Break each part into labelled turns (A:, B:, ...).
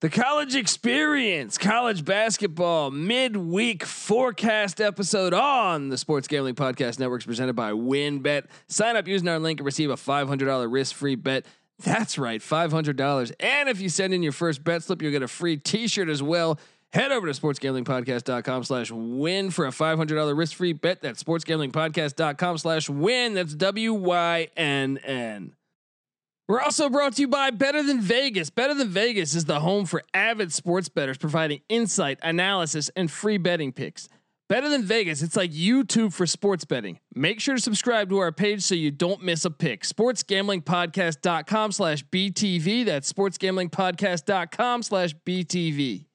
A: The college experience, college basketball midweek forecast episode on the Sports Gambling Podcast Network is presented by WinBet. Sign up using our link and receive a $500 risk free bet. That's right, $500. And if you send in your first bet slip, you'll get a free t shirt as well. Head over to sportsgamblingpodcast.com slash win for a $500 risk free bet. That's sportsgamblingpodcast.com slash win. That's W Y N N. We're also brought to you by Better Than Vegas. Better Than Vegas is the home for avid sports bettors, providing insight, analysis, and free betting picks. Better Than Vegas, it's like YouTube for sports betting. Make sure to subscribe to our page so you don't miss a pick. SportsGamblingPodcast.com slash BTV. That's SportsGamblingPodcast.com slash BTV.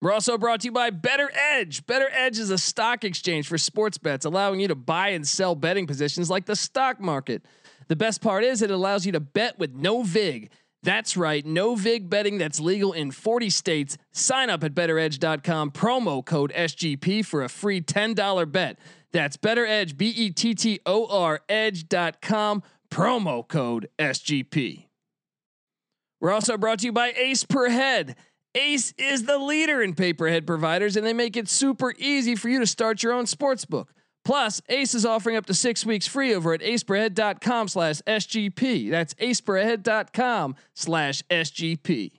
A: We're also brought to you by Better Edge. Better Edge is a stock exchange for sports bets, allowing you to buy and sell betting positions like the stock market. The best part is it allows you to bet with no VIG. That's right, no VIG betting that's legal in 40 states. Sign up at betteredge.com, promo code SGP for a free $10 bet. That's betteredge, B E T T O R edge.com, promo code SGP. We're also brought to you by Ace Per Head. Ace is the leader in paperhead providers, and they make it super easy for you to start your own sports book. Plus, Ace is offering up to six weeks free over at aceperhead.com slash SGP. That's aceperhead.com slash SGP.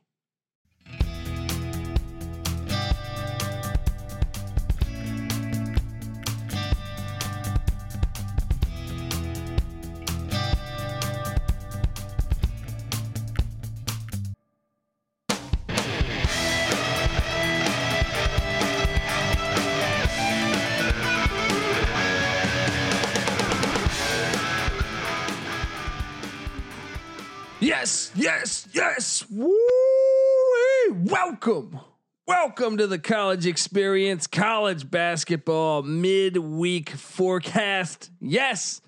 A: Yes, yes, yes. Woo! Welcome. Welcome to the college experience, college basketball midweek forecast. Yes,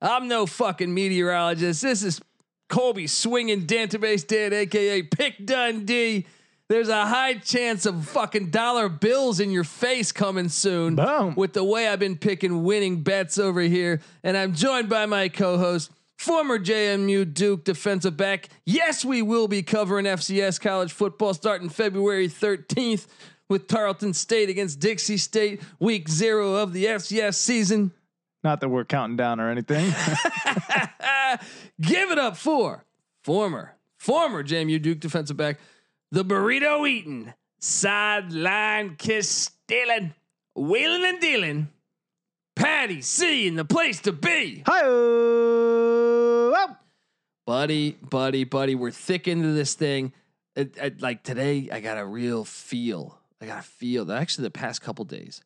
A: I'm no fucking meteorologist. This is Colby swinging database dad, aka Pick Dundee. There's a high chance of fucking dollar bills in your face coming soon.
B: Boom.
A: With the way I've been picking winning bets over here, and I'm joined by my co-host, former JMU Duke defensive back. Yes, we will be covering FCS college football starting February 13th with Tarleton State against Dixie State, week zero of the FCS season.
B: Not that we're counting down or anything.
A: Give it up for former, former JMU Duke defensive back, the burrito eating, sideline kiss stealing, wheeling and dealing, Patty C in the place to be.
B: Hi.
A: buddy, buddy, buddy, we're thick into this thing. It, it- like today, I got a real feel. I got a feel. Actually, the past couple days,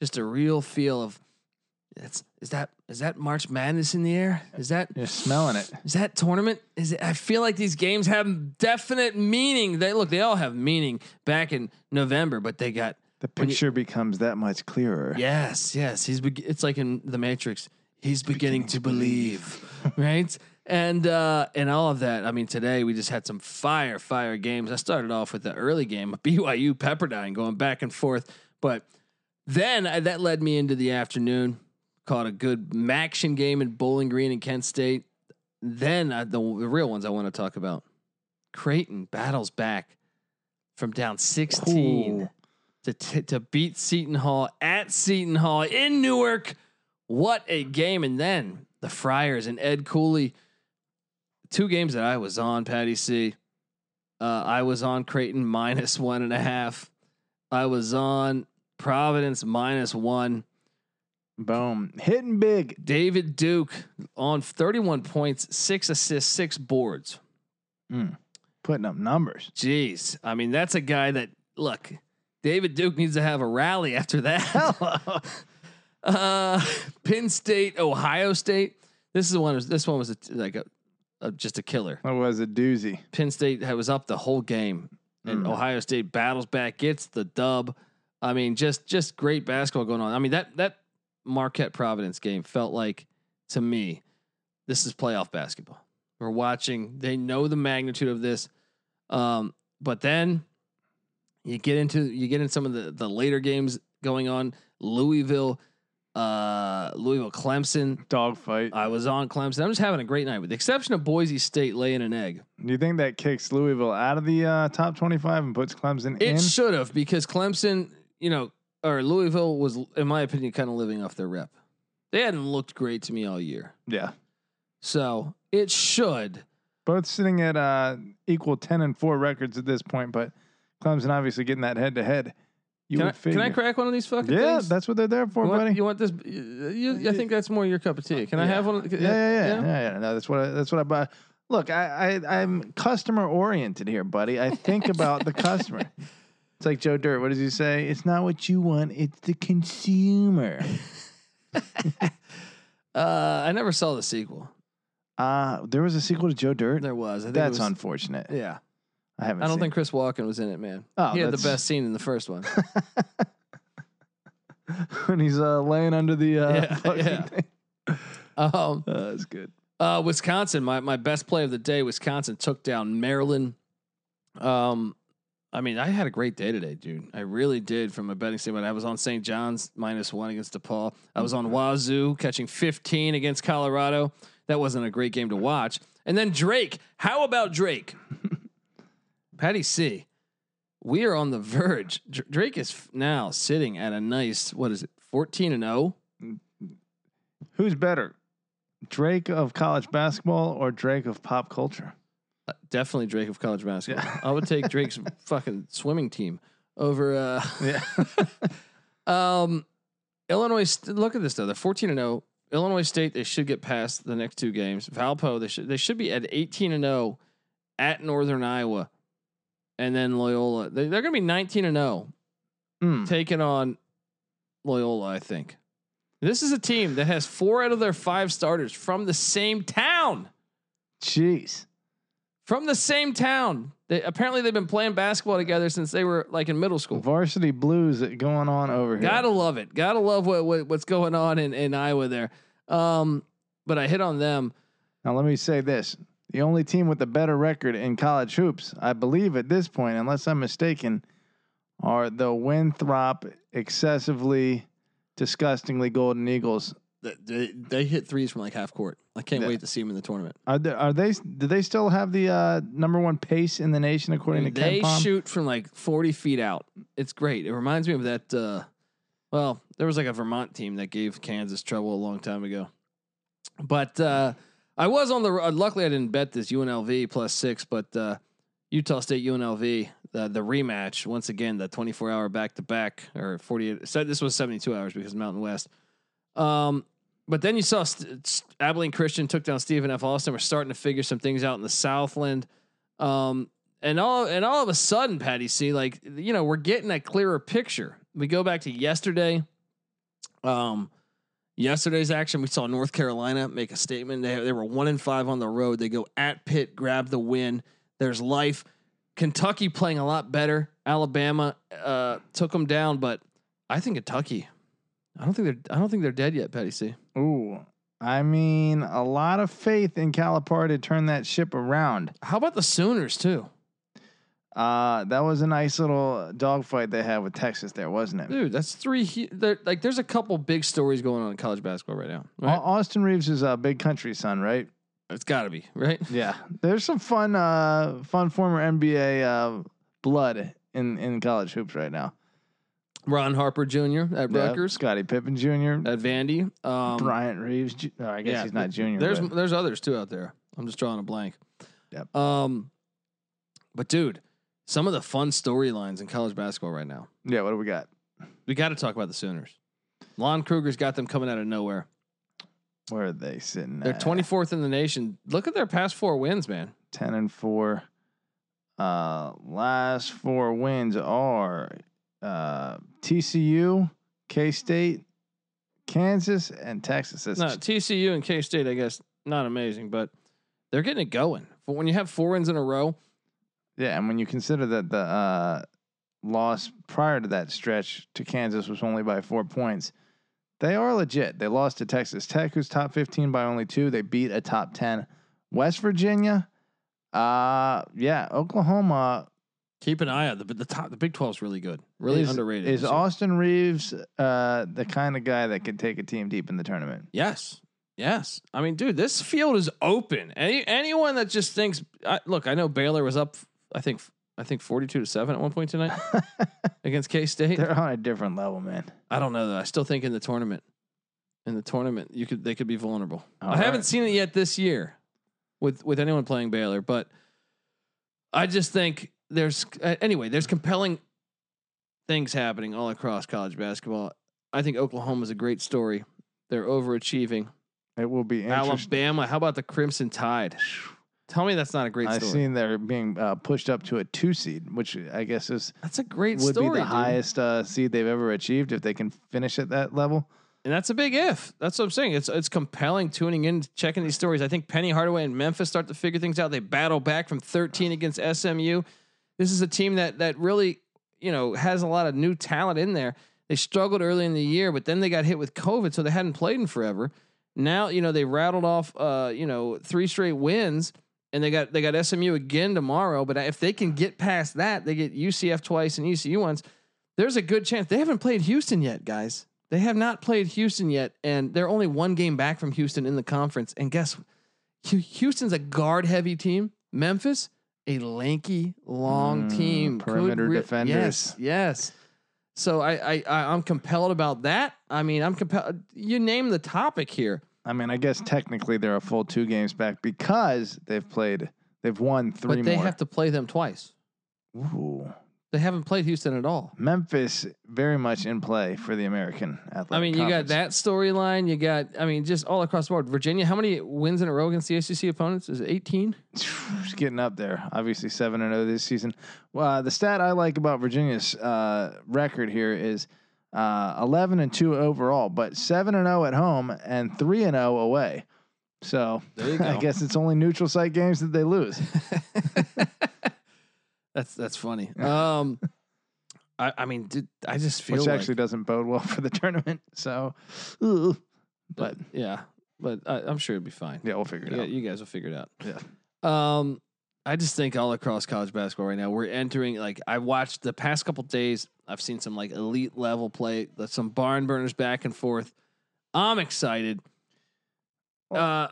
A: just a real feel of. That's is that is that March Madness in the air? Is that
B: You're smelling it.
A: is that tournament? Is it, I feel like these games have definite meaning. They look, they all have meaning back in November, but they got
B: The
A: When you-
B: picture becomes that much clearer.
A: Yes, yes. He's. Be- it's like in The Matrix. He's beginning, to believe, right? And uh, and all of that. I mean, today we just had some fire, fire games. I started off with the early game, BYU Pepperdine, going back and forth. But then I, that led me into the afternoon. Caught a good Maction game in Bowling Green and Kent State. Then uh, the, the real ones I want to talk about. Creighton battles back from down sixteen
B: Ooh.
A: to t- to beat Seton Hall at Seton Hall in Newark. What a game! And then the Friars and Ed Cooley, two games that I was on. Patty C, uh, I was on Creighton minus one and a half. I was on Providence minus one.
B: Boom. Hitting big.
A: David Duke on thirty-one points, six assists, six boards.
B: Mm. Putting up numbers.
A: Jeez, I mean that's a guy that look. David Duke needs to have a rally after that. Uh, Penn State, Ohio State. This is one. This one was a, like a, a just a killer.
B: That was a doozy.
A: Penn State had- was up the whole game, and
B: Mm.
A: Ohio State battles back, gets the dub. I mean, just just great basketball going on. I mean that that Marquette Providence game felt like to me, this is playoff basketball. We're watching. They know the magnitude of this, um, but then you get into you get in some of the the later games going on. Louisville uh, Louisville Clemson.
B: Dog fight.
A: I was on Clemson. I'm just having a great night, with the exception of Boise State laying an egg.
B: Do you think that kicks Louisville out of the uh, top 25 and puts Clemson
A: It
B: in?
A: should have because Clemson, you know, or Louisville was, in my opinion, kind of living off their rep. They hadn't looked great to me all year,
B: yeah.
A: so it should.
B: Both sitting at uh, equal 10 and 4 records at this point, but Clemson obviously getting that head to head. You
A: Can I,
B: would
A: can I
B: figure.
A: crack one of these fucking
B: Yeah,
A: things?
B: that's what they're there for,
A: you want,
B: buddy.
A: you want this? You, I think that's more your cup of tea. Can I
B: Yeah.
A: have one?
B: yeah, yeah, yeah, yeah, yeah. No, that's what I, that's what I buy. Look, I, I I'm customer oriented here, buddy. I think about the customer. It's like Joe Dirt. What does he say? It's not what you want. It's the consumer.
A: Uh, I never saw the sequel.
B: Uh there was a sequel to Joe Dirt.
A: There was. I think it
B: That's
A: was-
B: unfortunate.
A: Yeah,
B: I haven't.
A: I don't
B: seen
A: think Chris Walken was in it, man.
B: Oh,
A: he had the
B: that's-
A: best scene in the first one.
B: think when he's uh, laying under the uh,
A: Yeah,
B: fucking
A: yeah.
B: thing.
A: um,
B: Oh, that's good.
A: Uh, Wisconsin, my, my best play of the day. Wisconsin took down Maryland. Um, I mean, I had a great day today, dude. I really did from a betting standpoint. I was on St. John's minus one against DePaul. I was on Wazoo catching 15 against Colorado. That wasn't a great game to watch. And then Drake. How about Drake? Patty C. We are on the verge. Dr- Drake is f- now sitting at a nice, what is it, 14 and oh? 0?
B: Who's better, Drake of college basketball or Drake of pop culture?
A: Uh, definitely Drake of college basketball.
B: Yeah.
A: I would take Drake's fucking swimming team over. Uh,
B: Yeah.
A: um, Illinois. St- look at this though. They're fourteen and zero. Illinois State. They should get past the next two games. Valpo. They should. They should be at eighteen and zero at Northern Iowa, and then Loyola. They, they're going to be nineteen and zero
B: Hmm.
A: taking on Loyola. I think. This is a team that has four out of their five starters from the same town.
B: Jeez.
A: from the same town. They apparently they've been playing basketball together since they were like in middle school.
B: Varsity blues going on over here.
A: Gotta love it. Gotta love what, what what's going on in, in Iowa there. Um, but I hit on them.
B: Now, let me say this the only team with a better record in college hoops, I believe at this point, unless I'm mistaken, are the Winthrop excessively, disgustingly Golden Eagles.
A: They, they hit threes from like half court. I can't
B: Yeah.
A: wait to see them in the tournament.
B: Are they, are they do they still have the uh, number one pace in the nation according to
A: they
B: Ken Palm?
A: shoot from like forty feet out. It's great. It reminds me of that. Uh, well, there was like a Vermont team that gave Kansas trouble a long time ago. But uh, I was on the. Uh, luckily, I didn't bet this UNLV plus six, but uh, Utah State UNLV the the rematch once again the twenty four hour back to back or forty eight. So this was seventy two hours because Mountain West. Um, but then you saw St- St- Abilene Christian took down Stephen F. Austin. We're starting to figure some things out in the Southland. Um, and all and all of a sudden, Patty C, like you know, we're getting a clearer picture. We go back to yesterday. Um, yesterday's action, we saw North Carolina make a statement. They they were one and five on the road. They go at Pitt, grab the win. There's life. Kentucky playing a lot better. Alabama uh, took them down, but I think Kentucky. I don't think they're I don't think they're dead yet, Patty C.
B: Ooh. I mean, a lot of faith in Calipari to turn that ship around.
A: How about the Sooners too,
B: Uh, that was a nice little dogfight they had with Texas there, wasn't it?
A: dude? That's three. hu- they're- Like, there's a couple big stories going on in college basketball right now.
B: Au-
A: right?
B: Austin Reeves is a big country son, right?
A: It's got to be right.
B: Yeah, there's some fun, uh, fun former NBA uh, blood in in college hoops right now.
A: Ron Harper Jr. at
B: Yeah,
A: Rutgers,
B: Scottie Pippen Jr.,
A: at Vandy. Um,
B: Bryant Reeves. Ju- oh, I guess
A: yeah,
B: he's not junior.
A: there's
B: but-
A: there's others too out there. I'm just drawing a blank.
B: Yep.
A: Um, but dude, some of the fun storylines in college basketball right now.
B: yeah. What do we got?
A: We got to talk about the Sooners. Lon Kruger's got them coming out of nowhere.
B: Where are they sitting?
A: They're
B: at?
A: 24th in the nation. Look at their past four wins, man.
B: ten and four. Uh, last four wins are uh, TCU, K State, Kansas, and Texas. That's
A: No, TCU and K State, I guess, not amazing, but they're getting it going. But when you have four wins in a row,
B: Yeah, and when you consider that the uh, loss prior to that stretch to Kansas was only by four points, they are legit. They lost to Texas Tech, who's top 15 by only two. They beat a top 10 West Virginia. Uh, yeah, Oklahoma
A: Keep an eye out. The, the top, the Big 12 is really good. Really
B: Is-
A: underrated.
B: Is
A: this year.
B: Austin Reeves uh, the kind of guy that could take a team deep in the tournament?
A: Yes. Yes. I mean, dude, this field is open. Any anyone that just thinks, I, look, I know Baylor was up. I think I think forty two to seven at one point tonight against K State.
B: They're on a different level, man.
A: I don't know though. I still think in the tournament, in the tournament, you could they could be vulnerable.
B: All
A: I haven't
B: right.
A: seen it yet this year with with anyone playing Baylor, but I just think there's uh, anyway there's compelling things happening all across college basketball. I think Oklahoma's a great story. They're overachieving.
B: It will be interesting.
A: Alabama. How about the Crimson Tide? Tell me that's not a great
B: I've
A: story.
B: seen they're being uh, pushed up to a two seed, which I guess is
A: That's a great
B: would
A: story.
B: be the
A: dude.
B: highest uh, seed they've ever achieved if they can finish at that level.
A: And that's a big if. That's what I'm saying. It's it's compelling tuning in, checking these stories. I think Penny Hardaway and Memphis start to figure things out. They battle back from 13 against SMU. This is a team that that really, you know, has a lot of new talent in there. They struggled early in the year, but then they got hit with COVID, so they hadn't played in forever. Now, you know, they rattled off uh, you know, three straight wins and they got they got SMU again tomorrow, but if they can get past that, they get UCF twice and ECU once there's a good chance they haven't played Houston yet, guys. They have not played Houston yet, and they're only one game back from Houston in the conference. And guess, Hu- Houston's a guard-heavy team. Memphis, a lanky, long
B: Mm,
A: team. Could
B: perimeter
A: re-
B: defenders.
A: Yes, yes. So I, I, I I'm compelled about that. I mean, I'm compelled. You name the topic here.
B: I mean, I guess technically they're a full two games back because they've played, they've won three
A: but they
B: more.
A: have to play them twice.
B: Ooh.
A: They haven't played Houston at all.
B: Memphis very much in play for the American Athletic.
A: I mean, you got
B: Conference.
A: that storyline. You got, I mean, just all across the board. Virginia, how many wins in a row against the ACC opponents? Is it 18?
B: It's getting up there. Obviously, seven and zero this season. Well, uh, the stat I like about Virginia's uh, record here is uh, eleven and two overall, but seven and zero at home and three and zero away. So
A: There you
B: I
A: go.
B: guess it's only neutral site games that they lose.
A: that's that's funny. Um, I, I mean, dude, I just feel
B: which
A: like-
B: actually doesn't bode well for the tournament. So, ooh. but
A: yeah, but I, I'm sure it'd be fine.
B: yeah, we'll figure it
A: Yeah,
B: out.
A: you guys will figure it out.
B: Yeah.
A: Um, I just think all across college basketball right now, we're entering like I watched the past couple days. I've seen some like elite level play, there's some barn burners back and forth. I'm excited.
B: Oh.
A: Uh,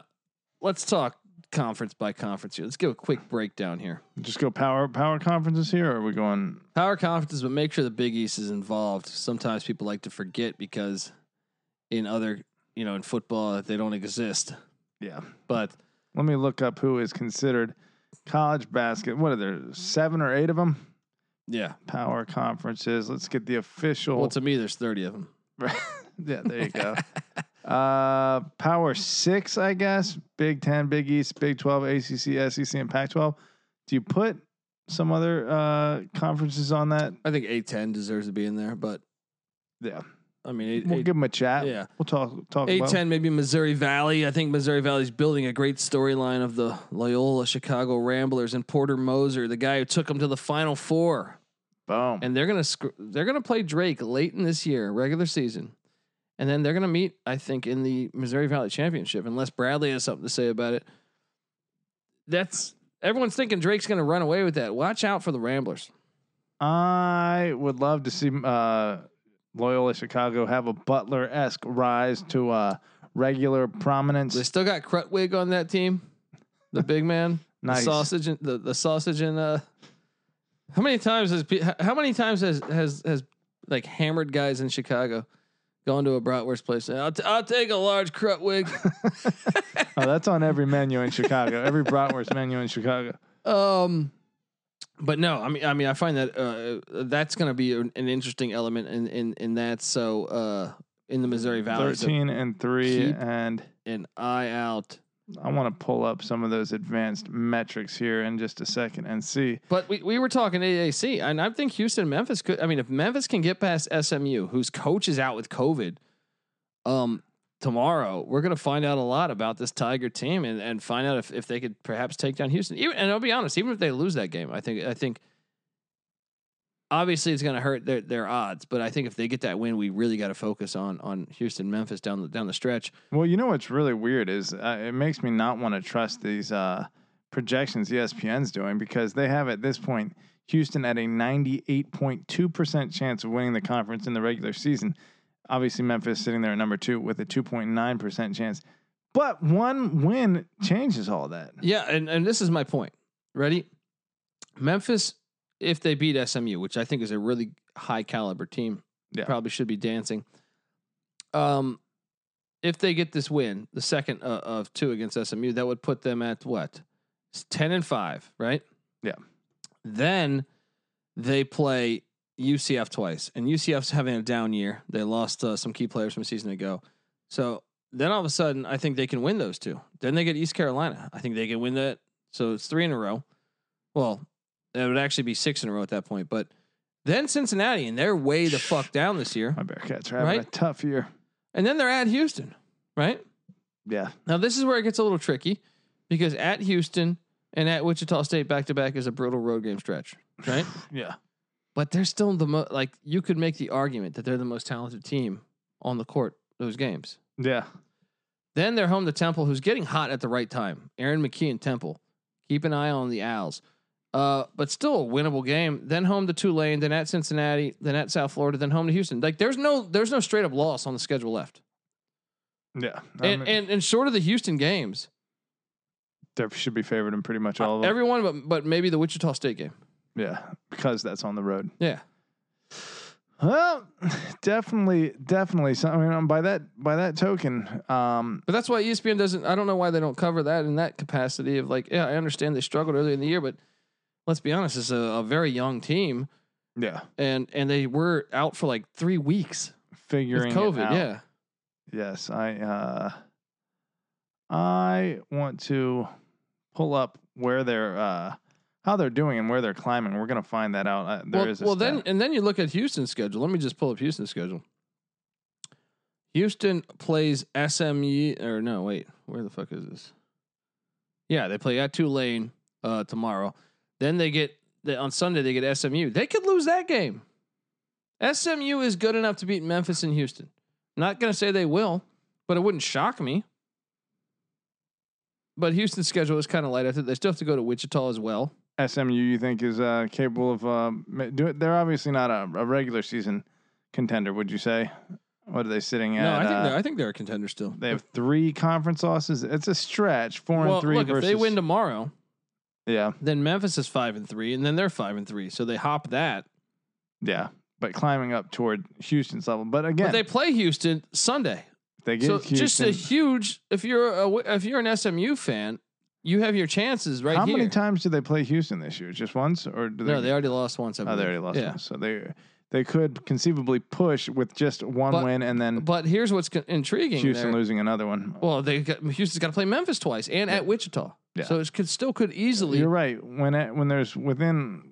A: let's talk conference by conference here. Let's give a quick breakdown here.
B: Just go power power conferences here, or are we going?
A: Power conferences, but make sure the Big East is involved. Sometimes people like to forget because in other, you know, in football, they don't exist.
B: Yeah,
A: But
B: let me look up who is considered college basket. What are there? Seven or eight of them?
A: yeah,
B: power conferences. Let's get the official.
A: well, to me, there's 30 of them.
B: yeah, there you go. uh, power six, I guess. Big Ten, Big East, Big Twelve, ACC, SEC, E and Pac twelve. Do you put some other uh, conferences on that?
A: I think A10 deserves to be in there, but
B: Yeah,
A: I mean,
B: we'll
A: A-
B: give them a chat.
A: yeah.
B: we'll talk talk
A: A-
B: about.
A: A10, maybe Missouri Valley. I think Missouri Valley's building a great storyline of the Loyola Chicago Ramblers and Porter Moser, the guy who took them to the Final Four.
B: Boom.
A: and they're gonna sc- they're gonna play Drake late in this year, regular season, and then they're gonna meet, I think, in the Missouri Valley Championship, unless Bradley has something to say about it. That's everyone's thinking Drake's gonna run away with that. Watch out for the Ramblers.
B: I would love to see uh, Loyola Chicago have a Butler esque rise to uh, regular prominence.
A: They still got Crutwig on that team, the big man,
B: nice.
A: the sausage, and, the the sausage and uh. How many times has pe- how many times has has has like hammered guys in Chicago gone to a bratwurst place? I'll, t- I'll take a large Crutwig.
B: Oh, that's on every menu in Chicago. Every bratwurst menu in Chicago.
A: Um, but no, I mean, I mean, I find that uh, that's going to be an, an interesting element in in in that. So uh, in the Missouri Valley, so
B: Thirteen and three,
A: keep-
B: and
A: an eye out.
B: I want to pull up some of those advanced metrics here in just a second and see.
A: But we, we were talking AAC, and I think Houston, and Memphis could. I mean, if Memphis can get past SMU, whose coach is out with COVID, um, tomorrow we're going to find out a lot about this Tiger team and, and find out if, if they could perhaps take down Houston. Even and I'll be honest, even if they lose that game, I think I think obviously it's going to hurt their their odds. But I think if they get that win, we really got to focus on on Houston, Memphis down the down the stretch.
B: Well, you know what's really weird is uh, it makes E me not want to trust these uh, projections ESPN's doing because they have at this point Houston at a 98.2% chance of winning the conference in the regular season. Obviously, Memphis sitting there at number two with a 2.9% chance. But one win changes all that.
A: Yeah, and, and this is my point. Ready? Memphis, if they beat SMU, which I think is a really high caliber team,
B: Yeah.
A: probably should be dancing. Um, if they get this win, the second uh, of two against SMU, that would put them at what? It's ten and five, right?
B: Yeah.
A: Then they play UCF twice, and UCF's having a down year. They lost uh, some key players from a season ago, so then all of a sudden, I think they can win those two. Then they get East Carolina. I think they can win that. So it's three in a row. Well, it would actually be six in a row at that point. But then Cincinnati, and they're way the fuck down this year.
B: My Bearcats are having a
A: Right?
B: tough year.
A: And then they're at Houston, right?
B: Yeah.
A: Now this is where it gets a little tricky because at Houston and at Wichita State back to back is a brutal road game stretch, right?
B: Yeah.
A: but they're still the mo- like you could make the argument that they're the most talented team on the court those games.
B: Yeah.
A: Then they're home to Temple, who's getting hot at the right time. Aaron McKee and Temple. Keep an eye on the Owls. Uh, but still a winnable game. Then home to Tulane, then at Cincinnati, then at South Florida, then home to Houston. Like there's no there's no straight up loss on the schedule left.
B: Yeah. I
A: And
B: mean,
A: and, and short of the Houston games,
B: they should be favored in pretty
A: Uh,
B: much all of them.
A: everyone but but maybe the Wichita State game.
B: yeah. Because that's on the road.
A: Yeah.
B: Well, definitely, definitely. So, I mean, um, by that by that token, um,
A: But that's why E ESPN doesn't. I don't know why they don't cover that in that capacity of like, yeah, I understand they struggled earlier in the year, but let's be honest, it's a, a very young team,
B: yeah,
A: and and they were out for like three weeks
B: figuring
A: with
B: it
A: COVID.
B: out.
A: Yeah,
B: Yes, I uh, I want to pull up where they're uh, how they're doing and where they're climbing. We're gonna find that out. Uh, there
A: well,
B: is a
A: well
B: stat.
A: then and then you look at Houston's schedule. Let me just pull up Houston's schedule. Houston plays SMU or no, wait, where the fuck is this? Yeah, they play at Tulane uh, tomorrow. Then they get they, on Sunday they get SMU. They could lose that game. SMU is good enough to beat Memphis and Houston. Not going to say they will, but it wouldn't shock me. But Houston's schedule is kind of light. I think they still have to go to Wichita as well.
B: SMU, you think is uh, capable of uh, ma- do it? They're obviously not a, a regular season contender. Would you say? What are they sitting at?
A: no, I think
B: uh,
A: they're, I think they're a contender still.
B: They have three conference losses. It's a stretch. Four
A: well,
B: and three
A: look,
B: versus.
A: if they win tomorrow,
B: yeah,
A: then Memphis is five and three, and then they're five and three, so they hop that.
B: yeah. But climbing up toward Houston's level. But again,
A: But they play Houston Sunday,
B: they, get
A: so
B: Houston.
A: just a huge. If you're a, if you're an SMU fan, you have your chances right
B: how
A: here.
B: many times did they play Houston this year? Just once, or do they?
A: No, they already lost once. I
B: oh, they
A: believe.
B: already lost.
A: Yeah.
B: Once. So they they could conceivably push with just one
A: But-
B: win, and then
A: But here's what's con- intriguing.
B: Mm. Houston
A: there.
B: losing another one.
A: Well, they got, Houston's got to play Memphis twice and at Wichita,
B: Yeah.
A: so it could still could easily.
B: You're right. When it, when there's within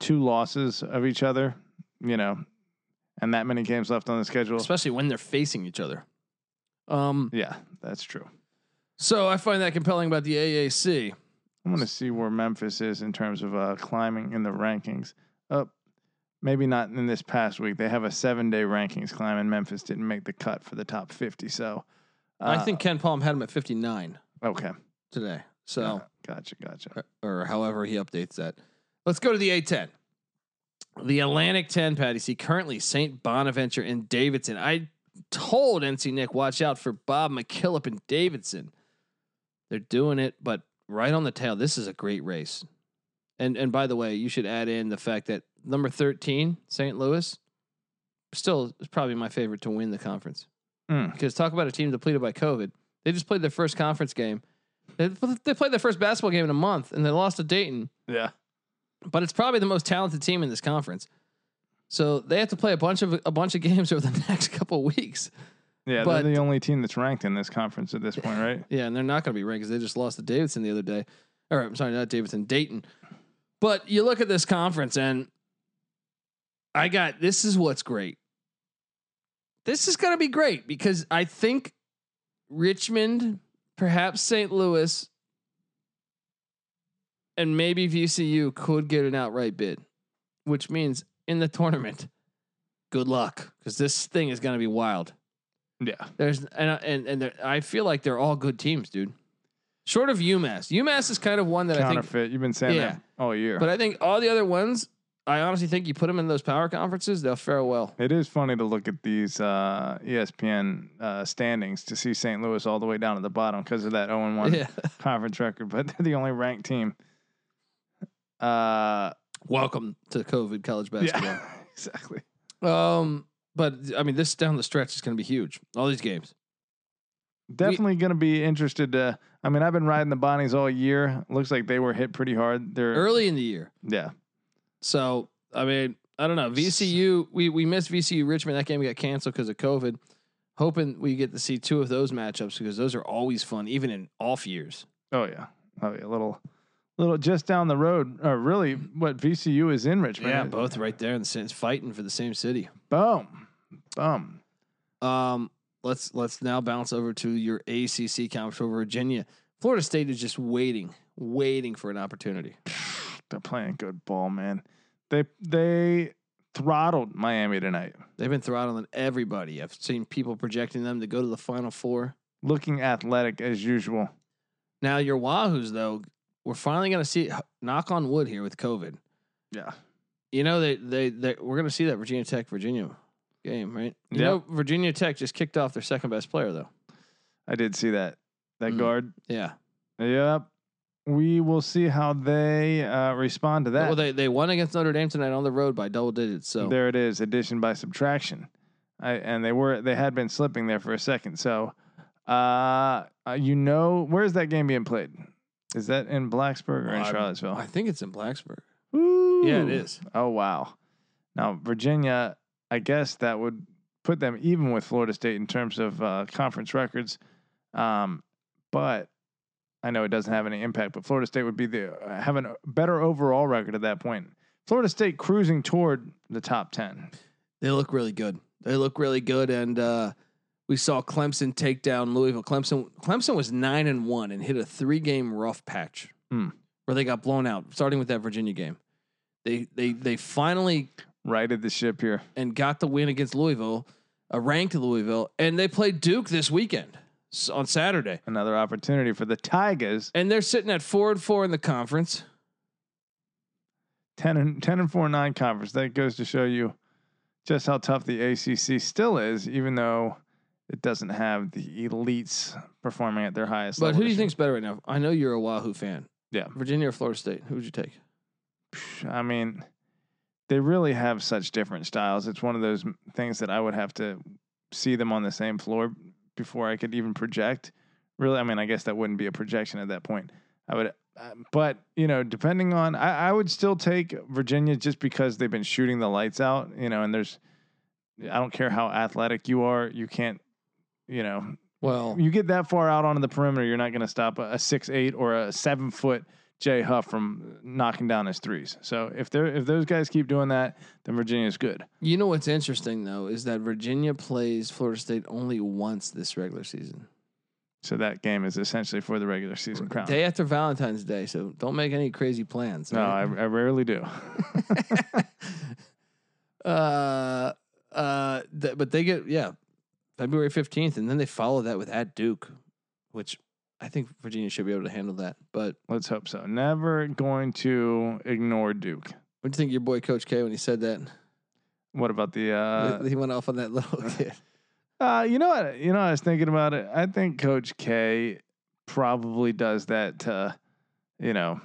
B: two losses of each other, you know, and that many games left on the schedule.
A: Especially when they're facing each other. Um.
B: yeah, that's true.
A: So I find that compelling about the AAC.
B: I want to see where Memphis is in terms of uh, climbing in the rankings. Up, maybe not in this past week. They have a seven-day rankings climb, and Memphis didn't make the cut for the top fifty. So,
A: I
B: uh,
A: think Ken Palm had him at 59
B: okay.
A: today. So. uh,
B: Uh, gotcha, gotcha.
A: or however he updates that. Let's go to the A10. The Atlantic 10, Patty C. Currently, St. Bonaventure and Davidson. I told NC Nick, watch out for Bob McKillop and Davidson. They're doing it, but right on the tail. This is a great race. And and by the way, you should add in the fact that number 13, St. Louis, still is probably my favorite to win the conference
B: Mm,
A: because talk about a team depleted by COVID. They just played their first conference game. They, they played their first basketball game in a month and they lost to Dayton,
B: yeah,
A: but it's probably the most talented team in this conference. So they have to play a bunch of a bunch of games over the next couple of weeks.
B: yeah.
A: But-
B: they're the only team that's ranked in this conference at this point, right?
A: Yeah, and they're not going to be ranked because they just lost to Davidson the other day. Or I'm sorry, not Davidson, Dayton. But you look at this conference, and I got this is what's great. This is going to be great because I think Richmond, perhaps St. Louis, and maybe VCU could get an outright bid, which means in the tournament. Good luck because this thing is going to be wild.
B: Yeah.
A: There's and I- and and there, I feel like they're all good teams, dude. Short of UMass. UMass is kind of one that I think
B: Counterfeit. You've been saying
A: Yeah.
B: that all year.
A: But I think all the other ones, I honestly think you put them in those power conferences, they'll fare well.
B: It is funny to look at these uh, ESPN uh, standings to see St. Louis all the way down at the bottom because of that 0 1
A: Yeah.
B: conference record, but they're the only ranked team. Uh,
A: Welcome to COVID college basketball.
B: yeah, exactly.
A: Um, but I mean, this down the stretch is going to be huge. All these games.
B: Definitely going to be interested to. I mean, I've been riding the Bonnies all year. Looks like they were hit pretty hard. They're
A: Early in the year.
B: yeah,
A: So, I mean, I don't know. VCU, we, we missed VCU Richmond. That game got canceled because of COVID. Hoping we get to see two of those matchups because those are always fun, even in off years.
B: oh yeah, oh yeah, little, little just down the road. Or really, what VCU is in Richmond?
A: Yeah, both right there in the same, fighting for the same city.
B: Boom, boom.
A: Um, let's let's now bounce over to your ACC conference for Virginia. Florida State is just waiting, waiting for an opportunity.
B: They're playing good ball, man. They they throttled Miami tonight.
A: They've been throttling everybody. I've seen people projecting them to go to the Final Four.
B: Looking athletic as usual.
A: Now your Wahoos, though, we're finally going to see. Knock on wood here with COVID.
B: Yeah.
A: You know they they, they we're going to see that Virginia Tech Virginia game, right? You
B: Yep.
A: know Virginia Tech just kicked off their second best player though.
B: I did see that. That
A: Mm.
B: guard.
A: Yeah.
B: Yep. We will see how they uh, respond to that.
A: well, they they won against Notre Dame tonight on the road by double digits. So
B: There it is, addition by subtraction. I, and they were they had been slipping there for a second. So, uh, uh, you know, where is that game being played? Is that in Blacksburg or in
A: I'm-
B: Charlottesville?
A: Oh, I think it's in Blacksburg. Yeah,
B: Ooh.
A: it is.
B: Oh wow. Now Virginia, I guess that would put them even with Florida State in terms of uh, conference records, um, but I know it doesn't have any impact. But Florida State would be the uh, have a better overall record at that point. Florida State cruising toward the top ten.
A: They look really good. They look really good, and uh, we saw Clemson take down Louisville. Clemson Clemson was nine and one and hit a three game rough patch
B: Hmm.
A: where they got blown out, starting with that Virginia game. They they they finally
B: Righted the ship here.
A: and got the win against Louisville, a ranked Louisville, and they play Duke this weekend s- on Saturday,
B: Another opportunity for the Tigers.
A: and they're sitting at four and four in the conference.
B: Ten and ten and four nine conference. That goes to show you just how tough the ACC still is, even though it doesn't have the elites performing at their highest
A: But
B: level.
A: who do you
B: this year.
A: think's better right now? I know you're a Wahoo fan.
B: Yeah.
A: Virginia or Florida State? Who would you take?
B: Psh, I mean, they really have such different styles. It's one of those m- things that I would have to see them on the same floor before I could even project. Really, I mean, I guess that wouldn't be a projection at that point. I would, uh, but you know, depending on, I, I would still take Virginia just because they've been shooting the lights out. You know, and there's, I don't care how athletic you are, you can't, you know,
A: Well,
B: you get that far out onto the perimeter, you're not going to stop a, a six eight or a seven foot Jay Huff from knocking down his threes. So if they're if those guys keep doing that, then Virginia's good.
A: You know what's interesting though is that Virginia plays Florida State only once this regular season.
B: So that game is essentially for the regular season crown.
A: Day after Valentine's Day, so don't make any crazy plans.
B: no, I, I
A: right?
B: rarely do.
A: uh, uh, th- but they get yeah, February fifteenth, and then they follow that with at Duke, which I think Virginia should be able to handle that. But
B: Let's hope so. Never going to ignore Duke.
A: what do you think of your boy Coach K when he said that?
B: What about the? Uh,
A: he went off on that little kid.
B: Uh, you know what? You know, I was thinking about it. I think Coach K probably does that to, you know,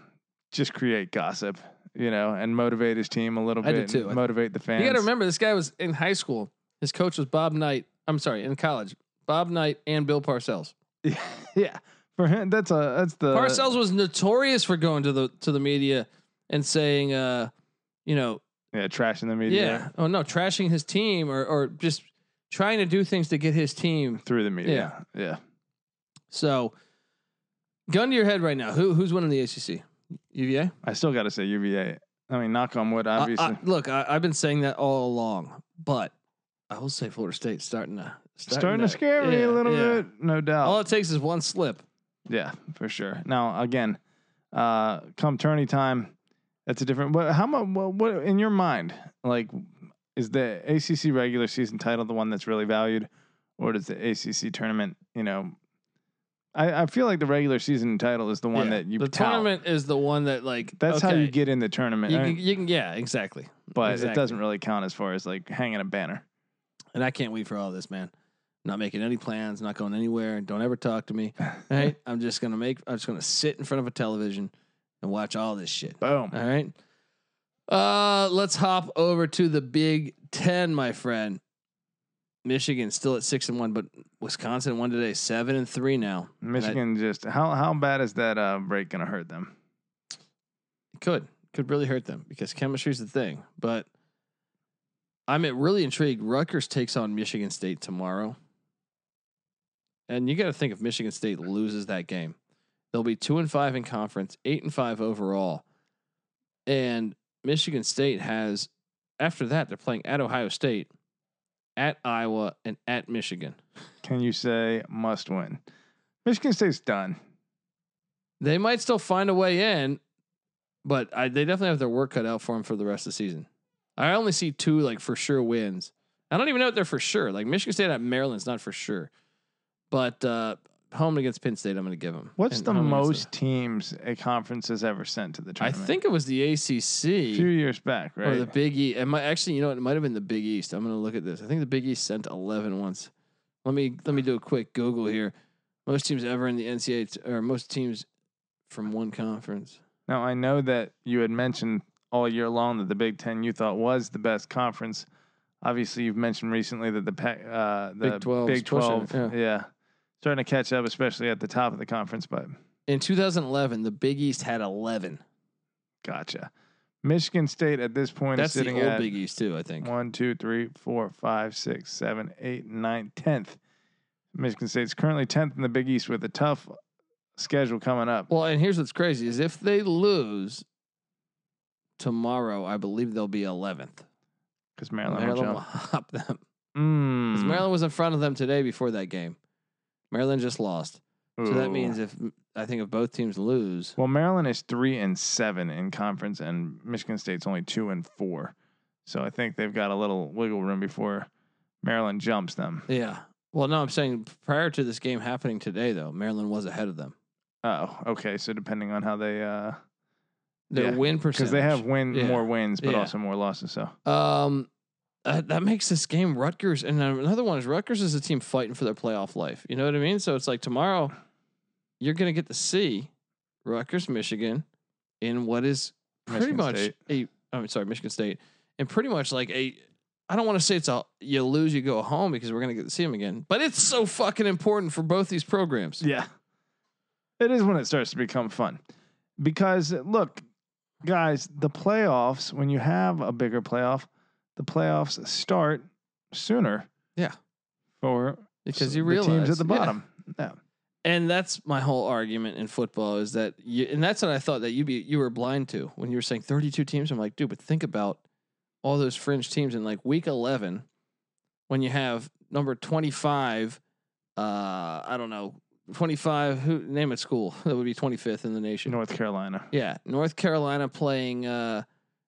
B: just create gossip, you know, and motivate his team a little
A: I
B: bit.
A: do
B: and
A: too. I-
B: Motivate the fans.
A: You got to remember, this guy was in high school. His coach was Bob Knight. I'm sorry, in college, Bob Knight and Bill Parcells.
B: yeah, for him, that's a that's the
A: Parcells was notorious for going to the to the media and saying, uh, you know,
B: Yeah, trashing the
A: yeah,
B: media
A: oh no, trashing his team or or just trying to do things to get his team.
B: through the media. Yeah. yeah,
A: So, gun to your head right now, who who's winning the ACC? UVA.
B: I still got to say UVA. I mean, knock on wood.
A: I- I-
B: Obviously,
A: look, I, I've been saying that all along, but I will say Florida State's starting to
B: starting, to scare me
A: yeah,
B: a little
A: yeah.
B: bit, no doubt.
A: All it takes is one slip.
B: Yeah, for sure. Now again, uh, come tourney time, that's a different. But how much? What, what in your mind? Like, is the ACC regular season title the one that's really valued, or does the ACC tournament? You know, I, I feel like the regular season title is the one
A: Yeah.
B: that you
A: the
B: tout.
A: tournament is the one that like
B: That's how
A: okay,
B: you get in the tournament,
A: You
B: I
A: can,
B: mean,
A: you can, yeah, exactly.
B: but
A: exactly.
B: it doesn't really count as far as like hanging a banner.
A: And I can't wait for all this, man. Not making any plans, not going anywhere. Don't ever talk to me. All right. I'm just gonna make I'm just gonna sit in front of a television and watch all this shit.
B: Boom.
A: All right. Uh let's hop over to the Big Ten, my friend. Michigan still at six and one, but Wisconsin won today, seven and three now. And I-
B: Michigan just how how bad is that uh, break gonna hurt them?
A: could could really hurt them because chemistry's the thing. But I'm really intrigued. Rutgers takes on Michigan State tomorrow, and you got to think if Michigan State loses that game, they'll be two and five in conference, eight and five overall, and Michigan State has after that they're playing at Ohio State, at Iowa, and at Michigan.
B: Can you say must win? Michigan State's done.
A: They might still find a way in, but I, they definitely have their work cut out for them for the rest of the season. I only see two like for sure wins. I don't even know if they're for sure. Like Michigan State at Maryland's not for sure, but uh, home against Penn State, I'm going to give them.
B: What's the most teams a conference has ever sent to the
A: I
B: tournament?
A: think it was the
B: a
A: ACC
B: few years back,
A: or
B: right?
A: the Big E. It might actually, you know, what, it might have been the Big East. I'm going to look at this. I think the Big East sent 11 once. Let me let me do a quick Google here. Most teams ever in the NCAA t- or most teams from one conference.
B: now I know that you had mentioned all year long that the Big Ten you thought was the best conference. Obviously, you've mentioned recently that the Pac- uh, the
A: Big 12 's
B: Big
A: pushing
B: Twelve,
A: it, yeah.
B: starting to catch up, especially at the top of the conference. But
A: In 2011, the Big East had 11.
B: gotcha. Michigan State at this point
A: That's
B: is
A: the
B: sitting
A: old
B: at
A: Big East too, I think.
B: One, two, three, four, five, six, seven, eight, nine, tenth. Michigan State's currently tenth in the Big East with a tough schedule coming up.
A: Well, and here's what's crazy is if they lose tomorrow, I believe theyll be 11th.
B: Because Maryland,
A: Maryland
B: will
A: will
B: jump.
A: hop them. 'Cause
B: Mm.
A: Maryland was in front of them today before that game. Maryland just lost. So that
B: Ooh.
A: means if I think if both teams lose,
B: well, Maryland is three and seven in conference, and Michigan State's only two and four. So I think they've got a little wiggle room before Maryland jumps them.
A: yeah. Well, no, I'm saying prior to this game happening today though, Maryland was ahead of them.
B: Oh, okay. So depending on how they, uh,
A: Their
B: Yeah,
A: win
B: because
A: percentage.
B: they have win
A: Yeah.
B: more wins, but
A: Yeah.
B: also more losses. So
A: Um, uh, that makes this game Rutgers, and then another one is Rutgers is a team fighting for their playoff life. You know what I mean? So it's like tomorrow, you're gonna get to see Rutgers, Michigan, in what is pretty
B: Michigan
A: much
B: State.
A: a. I'm sorry, Michigan State, and pretty much like a. I don't want to say it's a you lose you go home because we're gonna get to see them again, but it's so fucking important for both these programs.
B: Yeah. It is when it starts to become fun. Because look, guys, the playoffs, when you have a bigger playoff, the playoffs start sooner.
A: Yeah.
B: For
A: Because
B: s-
A: you
B: the
A: realize
B: teams at the
A: yeah.
B: bottom. Yeah.
A: And that's my whole argument in football is that you, and that's what I thought that you be you were blind to when you were saying 32 teams. I'm like, dude, but think about all those fringe teams in like week 11 when you have number 25 uh I don't know, 25 who name it school. That would be 25th in the nation.
B: North Carolina.
A: Yeah, North Carolina playing uh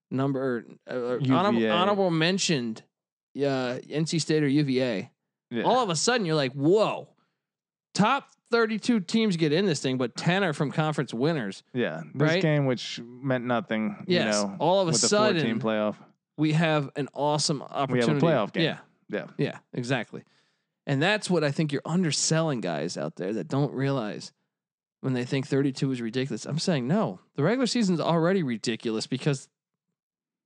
A: number uh, honorable,
B: UVA.
A: honorable mentioned uh NC State or UVA
B: Yeah.
A: all of a sudden you're like, whoa, top 32 teams get in this thing, but 10 are from conference winners.
B: yeah. This
A: right?
B: game which meant nothing,
A: Yes.
B: you know.
A: all of a
B: with the
A: sudden,
B: fourteen playoff.
A: we have an awesome opportunity.
B: playoff game.
A: Yeah.
B: Yeah.
A: Yeah, exactly. And that's what I think you're underselling guys out there that don't realize when they think 32 is ridiculous. I'm saying no. The regular season's already ridiculous because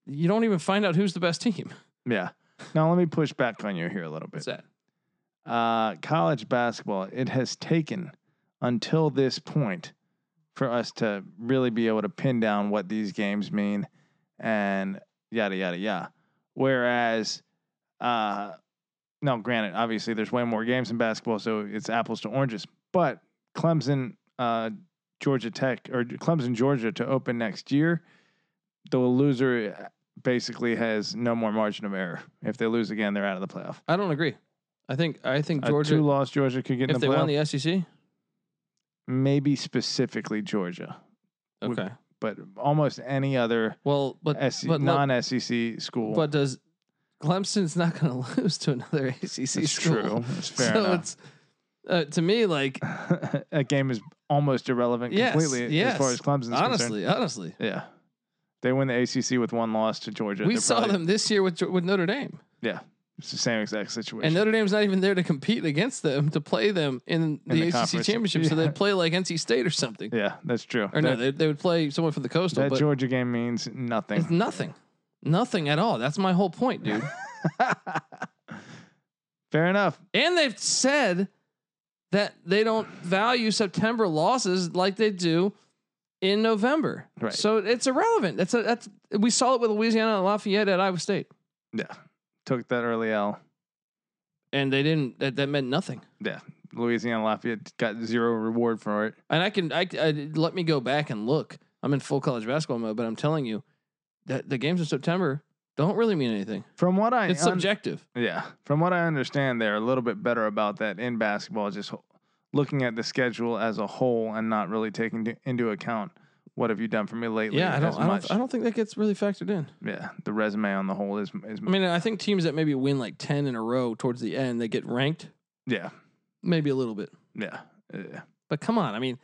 A: you don't even find out who's the best team.
B: Yeah. Now let me push back on you here a little bit.
A: What's that?
B: uh, college basketball, it has taken until this point for us to really be able to pin down what these games mean and yada, yada, yada. Whereas, uh, now, granted, obviously there's way more games in basketball, so it's apples to oranges. But Clemson, uh, Georgia Tech, or Clemson, Georgia to open next year, the loser basically has no more margin of error. If they lose again, they're out of the playoff.
A: I don't agree. I think I think
B: A two
A: Georgia
B: loss Georgia could get Uh, in
A: if
B: the
A: they
B: playoff.
A: won the E SEC,
B: Maybe specifically Georgia, Would-
A: okay.
B: but almost any other E,
A: Well, but
B: SC,
A: but look-
B: non SEC school.
A: But does Clemson's not going to lose to another ACC
B: it's
A: E school?
B: true. It's fair
A: so
B: enough.
A: it's Uh, to me, like
B: that game is almost irrelevant
A: Yes,
B: completely
A: yes.
B: as far as Clemson's concerned.
A: honestly, honestly,
B: Yeah. They win the ACC with one loss to Georgia.
A: we
B: They're
A: saw
B: probably-
A: them this year with with Notre Dame,
B: It's the same exact situation.
A: and Notre Dame's not even there to compete against them to play them in the,
B: the
A: ACC
B: conference.
A: championship. So
B: Yeah.
A: they'd play like NC State or something,
B: yeah, that's true.
A: or no,
B: that
A: they, they would play someone from the coastal.
B: that
A: but
B: Georgia game means nothing.
A: it's nothing, nothing at all. That's my whole point, dude.
B: Fair enough.
A: And they've said that they don't value September losses like they do in November.
B: Right.
A: So it's irrelevant. That's a, that's we saw it with Louisiana and Lafayette at Iowa State,
B: Yeah. Took that early L.
A: and they didn't. That, that meant nothing.
B: Louisiana Lafayette got zero reward for it.
A: And I can I, I let me go back and look. I'm in full college basketball mode, but I'm telling you that the games in September don't really mean anything.
B: From what I
A: It's
B: un-
A: subjective.
B: yeah, from what I understand, they're a little bit better about that in basketball. Just ho- looking at the schedule as a whole and not really taking to- into account what have you done for me lately.
A: Yeah, I
B: as
A: don't, I
B: much.
A: don't I don't think that gets really factored in.
B: Yeah, the resume on the whole is is
A: I mean, I think teams that maybe win like 10 in a row towards the end, they get ranked
B: yeah,
A: maybe a little bit.
B: yeah, yeah.
A: But come on, I mean,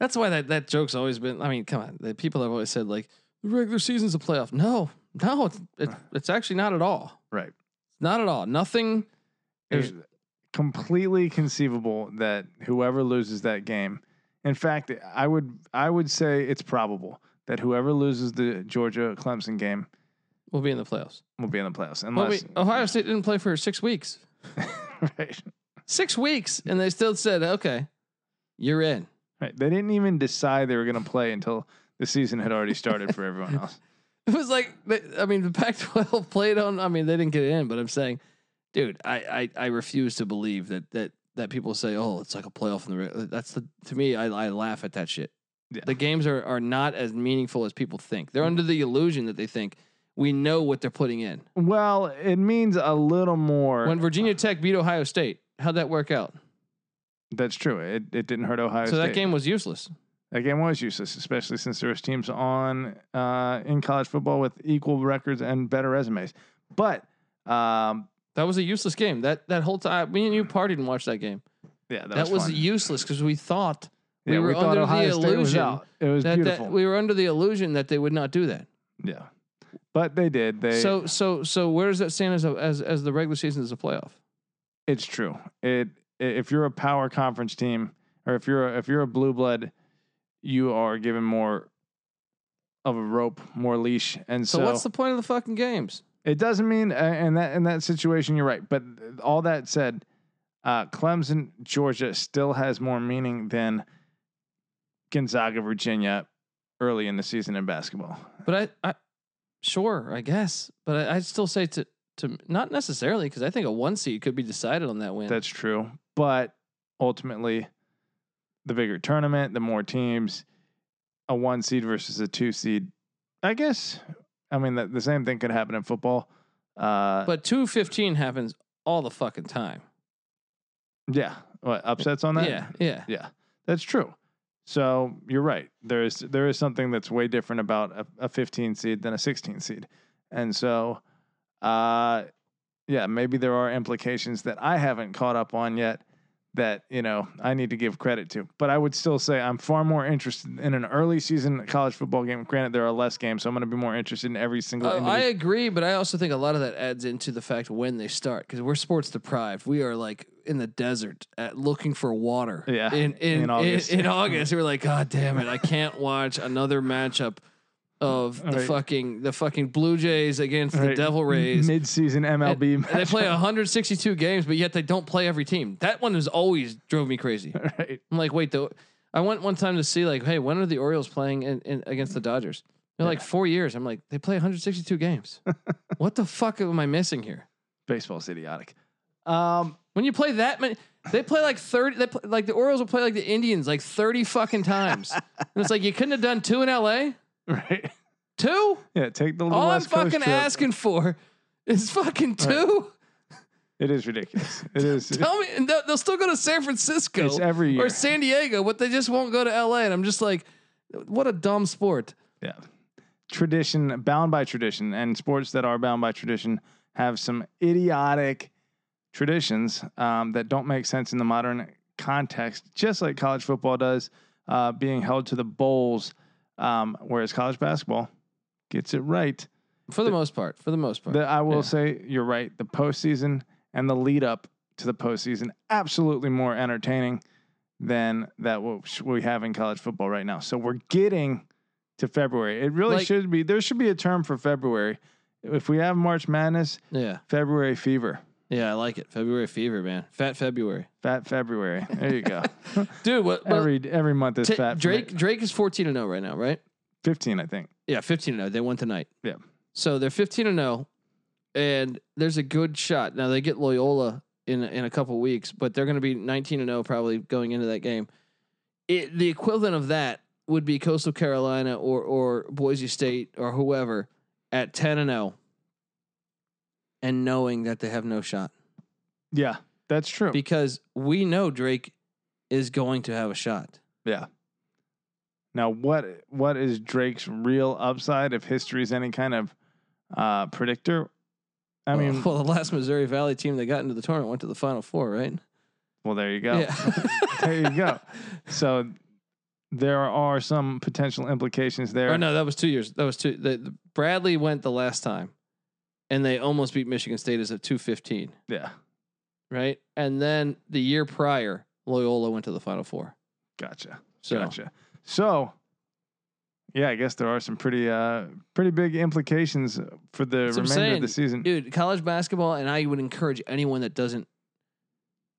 A: that's why that, that joke's always been. I mean, come on, the people have always said like the regular season's a playoff. No, no, it's it's, it's actually not at all.
B: Right.
A: Not at all. Nothing. There's-
B: It's completely conceivable that whoever loses that game, in fact, I would I would say it's probable that whoever loses the Georgia Clemson game
A: will be in the playoffs.
B: will be in the playoffs
A: Well,
B: unless
A: we- Ohio State didn't play for six weeks.
B: right,
A: Six weeks, and they still said, "Okay, you're in."
B: right. They didn't even decide they were going to play until the season had already started for everyone else.
A: It was like, they- I mean, the Pac-12 played on. I mean, they didn't get in, but I'm saying, dude, I I, I refuse to believe that that that people say, oh, it's like a playoff in the. re-" That's the to me, I, I laugh at that shit.
B: Yeah.
A: The games are are not as meaningful as people think. They're under the illusion that they think we know what they're putting in.
B: Well, it means a little more.
A: When Virginia Tech beat Ohio State, how'd that work out?
B: That's true. It, it didn't hurt Ohio
A: so
B: State.
A: that game was useless.
B: That game was useless, especially since there was teams on uh, in college football with equal records and better resumes. But um,
A: That was a useless game. That that whole time, me and you partied and watched that game.
B: yeah, that,
A: That, was,
B: fun.
A: useless because we thought we
B: yeah,
A: were
B: we thought
A: under the
B: Ohio State was
A: illusion
B: out. It was
A: that,
B: beautiful.
A: that we were under the illusion that they would not do that.
B: yeah, but they did. They
A: So so so where does that stand as a, as as the regular season as a playoff?
B: it's true. It i- if you're a power conference team or if you're a, if you're a blue blood, you are given more of a rope, more leash, and
A: So,
B: so,
A: what's the point of the fucking games?
B: It doesn't mean uh, in that in that situation you're right, but all that said, uh, Clemson Georgia still has more meaning than Gonzaga Virginia early in the season in basketball.
A: But I, I sure I guess, but I, I'd still say to to not necessarily because I think a one seed could be decided on that win.
B: That's true, but ultimately, the bigger tournament, the more teams, a one seed versus a two seed. I guess I mean the, the same thing could happen in football. Uh,
A: but two fifteen happens all the fucking time.
B: yeah, what upsets on that?
A: Yeah yeah.
B: Yeah, that's true. So you're right. There is there is something that's way different about a, a 15 seed than a 16 seed, and so, uh, yeah, maybe there are implications that I haven't caught up on yet that you know I need to give credit to. But I would still say I'm far more interested in an early season college football game. Granted, there are less games, so I'm going to be more interested in every single.
A: Uh, I
B: individual-
A: agree, but I also think a lot of that adds into the fact when they start because we're sports deprived. We are like in the desert at looking for water.
B: Yeah,
A: in in in
B: in
A: August,
B: August.
A: in, August we were like, God damn it, I can't watch another matchup of the
B: Right.
A: fucking the fucking Blue Jays against the
B: Right.
A: Devil Rays.
B: mid season MLB.
A: And they
B: match.
A: play 162 games, but yet they don't play every team. That one has always drove me crazy.
B: right.
A: I'm like, wait, though. I went one time to see like, hey, when are the Orioles playing in, in against the Dodgers? They're like
B: Yeah.
A: four years. I'm like, they play 162 games. what the fuck am I missing here?
B: Baseball's idiotic. Um.
A: When you play that many, they play like 30. They play, like the Orioles will play like the Indians like 30 fucking times. and it's like you couldn't have done two in L.A.
B: Right.
A: Two?
B: Yeah. Take the little
A: All I'm
B: West Coast
A: fucking
B: trip.
A: asking for is fucking two.
B: It is ridiculous. It is.
A: Tell me, and they'll, they'll still go to San Francisco
B: It's every year.
A: or San Diego, but they just won't go to L.A. And I'm just like, what a dumb sport.
B: yeah. Tradition bound by tradition, and sports that are bound by tradition have some idiotic traditions um, that don't make sense in the modern context, just like college football does, uh, being held to the bowls, um, whereas college basketball gets it right.
A: for the, most part. For the most part,
B: The, I will
A: Yeah.
B: say you're right. The postseason and the lead up to the postseason absolutely more entertaining than that which we have in college football right now. So we're getting to February. It really
A: Like-
B: should be. There should be a term for February. If we have March Madness,
A: yeah,
B: February Fever,
A: yeah, I like it. February fever, man. Fat February,
B: Fat February. There you go.
A: dude. What? what
B: every every month is
A: Ta-
B: fat. for me.
A: Drake Drake is 14 and 0 right now, right?
B: fifteen, I think.
A: Yeah, 15 and 0. They won tonight.
B: Yeah.
A: So they're 15 and 0 and there's a good shot. Now they get Loyola in in a couple weeks, but they're going to be 19 and 0 probably going into that game. It, the equivalent of that would be Coastal Carolina or or Boise State or whoever at 10 and 0 and knowing that they have no shot
B: Yeah, that's true.
A: because we know Drake is going to have a shot.
B: yeah. Now, what what is Drake's real upside if history's any kind of uh, predictor? I mean,
A: well, the last Missouri Valley team that got into the tournament went to the Final Four, right?
B: well, there you go.
A: Yeah.
B: There you go. So there are some potential implications there.
A: Or Oh, no, that was two years. That was two. The, the- Bradley went the last time, and they almost beat Michigan State as a two fifteen,
B: Yeah,
A: right? And then the year prior, Loyola went to the Final Four.
B: gotcha,
A: So
B: gotcha. So, yeah, I guess there are some pretty uh, pretty big implications for the
A: That's what I'm
B: remainder of the season.
A: dude, college basketball, and I would encourage anyone that doesn't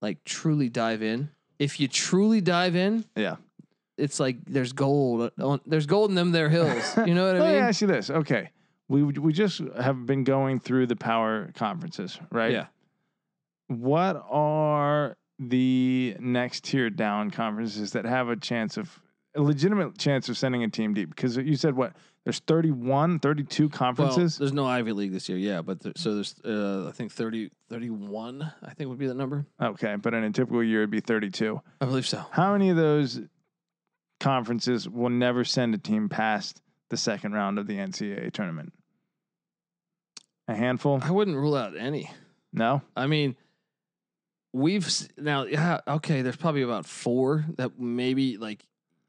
A: like truly dive in. If you truly dive in,
B: Yeah.
A: it's like there's gold on there's gold in them there hills. You know what I
B: Let
A: mean?
B: me ask you this. Okay. We we just have been going through the power conferences, right?
A: Yeah.
B: What are the next tier down conferences that have a chance of a legitimate chance of sending a team deep? Because you said what? There's 31, 32 conferences.
A: Well, there's no Ivy League this year, yeah. But there, so there's, uh, I think 30, 31, I think would be the number.
B: okay, but in a typical year it'd be 32.
A: I believe so.
B: How many of those conferences will never send a team past the second round of the NCAA tournament? A handful?
A: I wouldn't rule out any.
B: No.
A: I mean, we've s- now, yeah, okay, there's probably about four that maybe like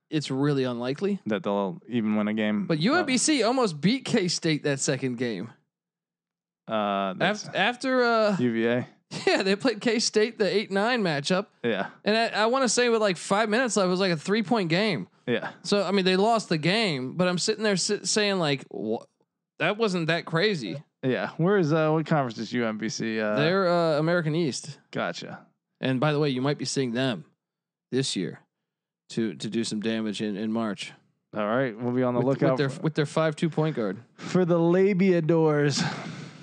A: it's really unlikely.
B: that they'll even win a game.
A: But UMBC almost beat K State that second game.
B: uh, that's
A: After, after uh,
B: UVA.
A: yeah, they played K State the 8 9 matchup.
B: Yeah,
A: And I, I want to say with like five minutes left, it was like a three point game.
B: yeah,
A: So I mean, they lost the game, but I'm sitting there si- saying like, wha that wasn't that crazy.
B: yeah. Where is uh, what conference is UMBC? Uh,
A: They're uh, American East,
B: Gotcha.
A: and by the way, you might be seeing them this year to to do some damage in in March.
B: All right, we'll be on the
A: with, with
B: lookout
A: their
B: f-
A: with their five two point guard,
B: for the labia doors.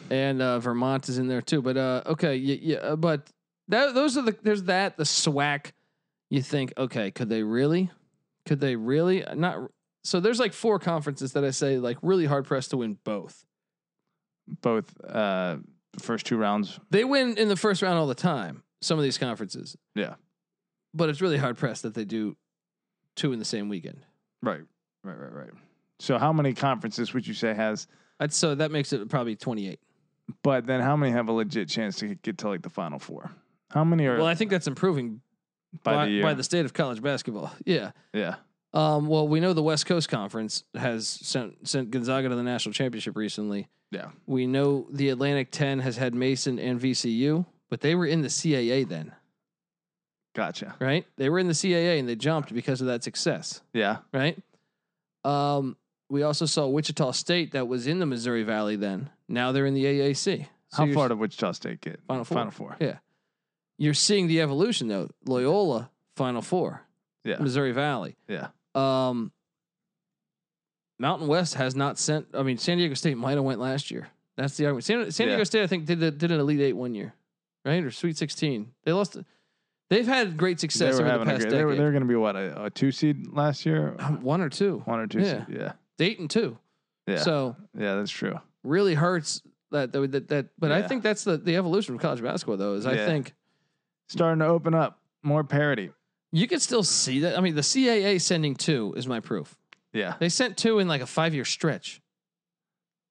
A: and uh, Vermont is in there too. But uh, okay, yeah, yeah uh, but that, those are the there's that the SWAC. You think okay, could they really? Could they really not? So there's like four conferences that I say like really hard pressed to win both.
B: Both uh, first two rounds.
A: They win in the first round all the time. Some of these conferences.
B: Yeah.
A: But it's really hard pressed that they do two in the same weekend.
B: Right, right, right, right. So how many conferences would you say has?
A: I'd, so that makes it probably 28.
B: But then how many have a legit chance to get to like the final four? How many are
A: Well, I think that's improving
B: by,
A: by,
B: the year?
A: by the state of college basketball. Yeah.
B: yeah,
A: Um, well, we know the West Coast Conference has sent, sent Gonzaga to the national championship recently.
B: Yeah.
A: We know the Atlantic 10 has had Mason and VCU, but they were in the CAA then,
B: gotcha.
A: right? They were in the CAA and they jumped because of that success.
B: Yeah,
A: right? Um, we also saw Wichita State that was in the Missouri Valley then. Now they're in the AAC. So
B: how
A: you're-
B: far did Wichita State get?
A: Final Four.
B: Final four.
A: You're seeing the evolution though. Loyola Final Four,
B: Yeah.
A: Missouri Valley.
B: Yeah.
A: Um, Mountain West has not sent. I mean, San Diego State might have went last year. That's the argument. San, San
B: Yeah.
A: Diego State, I think, did the, did an Elite Eight one year, right, or Sweet Sixteen. They lost. They've had great success over the
B: having a
A: past
B: great-
A: decade.
B: They were, they were going to be what a, a two seed last year,
A: Um, one or two,
B: one or two.
A: Yeah.
B: Seed? yeah,
A: Dayton two.
B: yeah,
A: So
B: yeah. That's true.
A: really hurts that that, that, that but I
B: Yeah.
A: think that's the the evolution of college basketball though is I
B: Yeah.
A: think
B: Starting to open up more parity.
A: you can still see that I mean the CAA sending two is my proof
B: Yeah,
A: they sent two in like a five year stretch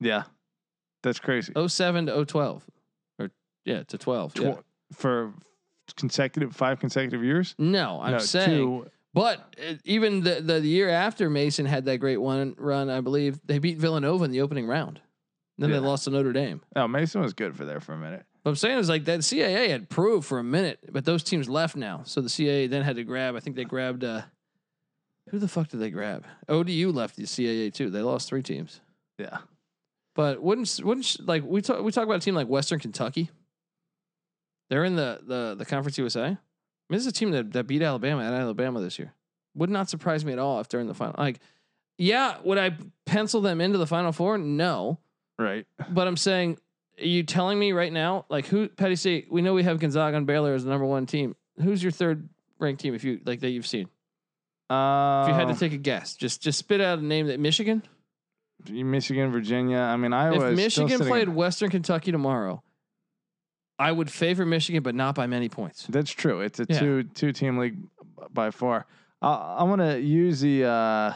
B: yeah. That's crazy.
A: 07 to 012 or yeah to 12 yeah.
B: Tw- For consecutive five consecutive years?
A: No, I'm
B: no,
A: saying.
B: two.
A: But uh, even the, the the year after Mason had that great one run, I believe they beat Villanova in the opening round. Then
B: Yeah.
A: they lost to Notre Dame.
B: Oh, Mason was good for there for a minute.
A: What I'm saying is like that CAA had proved for a minute, but those teams left now. So the CAA then had to grab. I think they grabbed. Uh, who the fuck did they grab? ODU left the CAA too. They lost three teams.
B: Yeah.
A: But wouldn't wouldn't like we talk we talk about a team like Western Kentucky? They're in the the the Conference USA. I mean, this is a team that that beat Alabama at Alabama this year. Would not surprise me at all if they're in the final. Like, yeah, would I pencil them into the Final Four? No,
B: Right.
A: but I'm saying, are you telling me right now, like who Petty State? We know we have Gonzaga and Baylor as the number one team. Who's your third ranked team if you like that you've seen?
B: Uh,
A: If you had to take a guess, just just spit out a name that Michigan.
B: Michigan, Virginia. I mean,
A: if
B: Iowa. is still
A: Michigan
B: sitting-
A: played Western Kentucky tomorrow, I would favor Michigan, but not by many points.
B: That's true. It's a
A: Yeah.
B: two two team league by far. I I want to use the uh,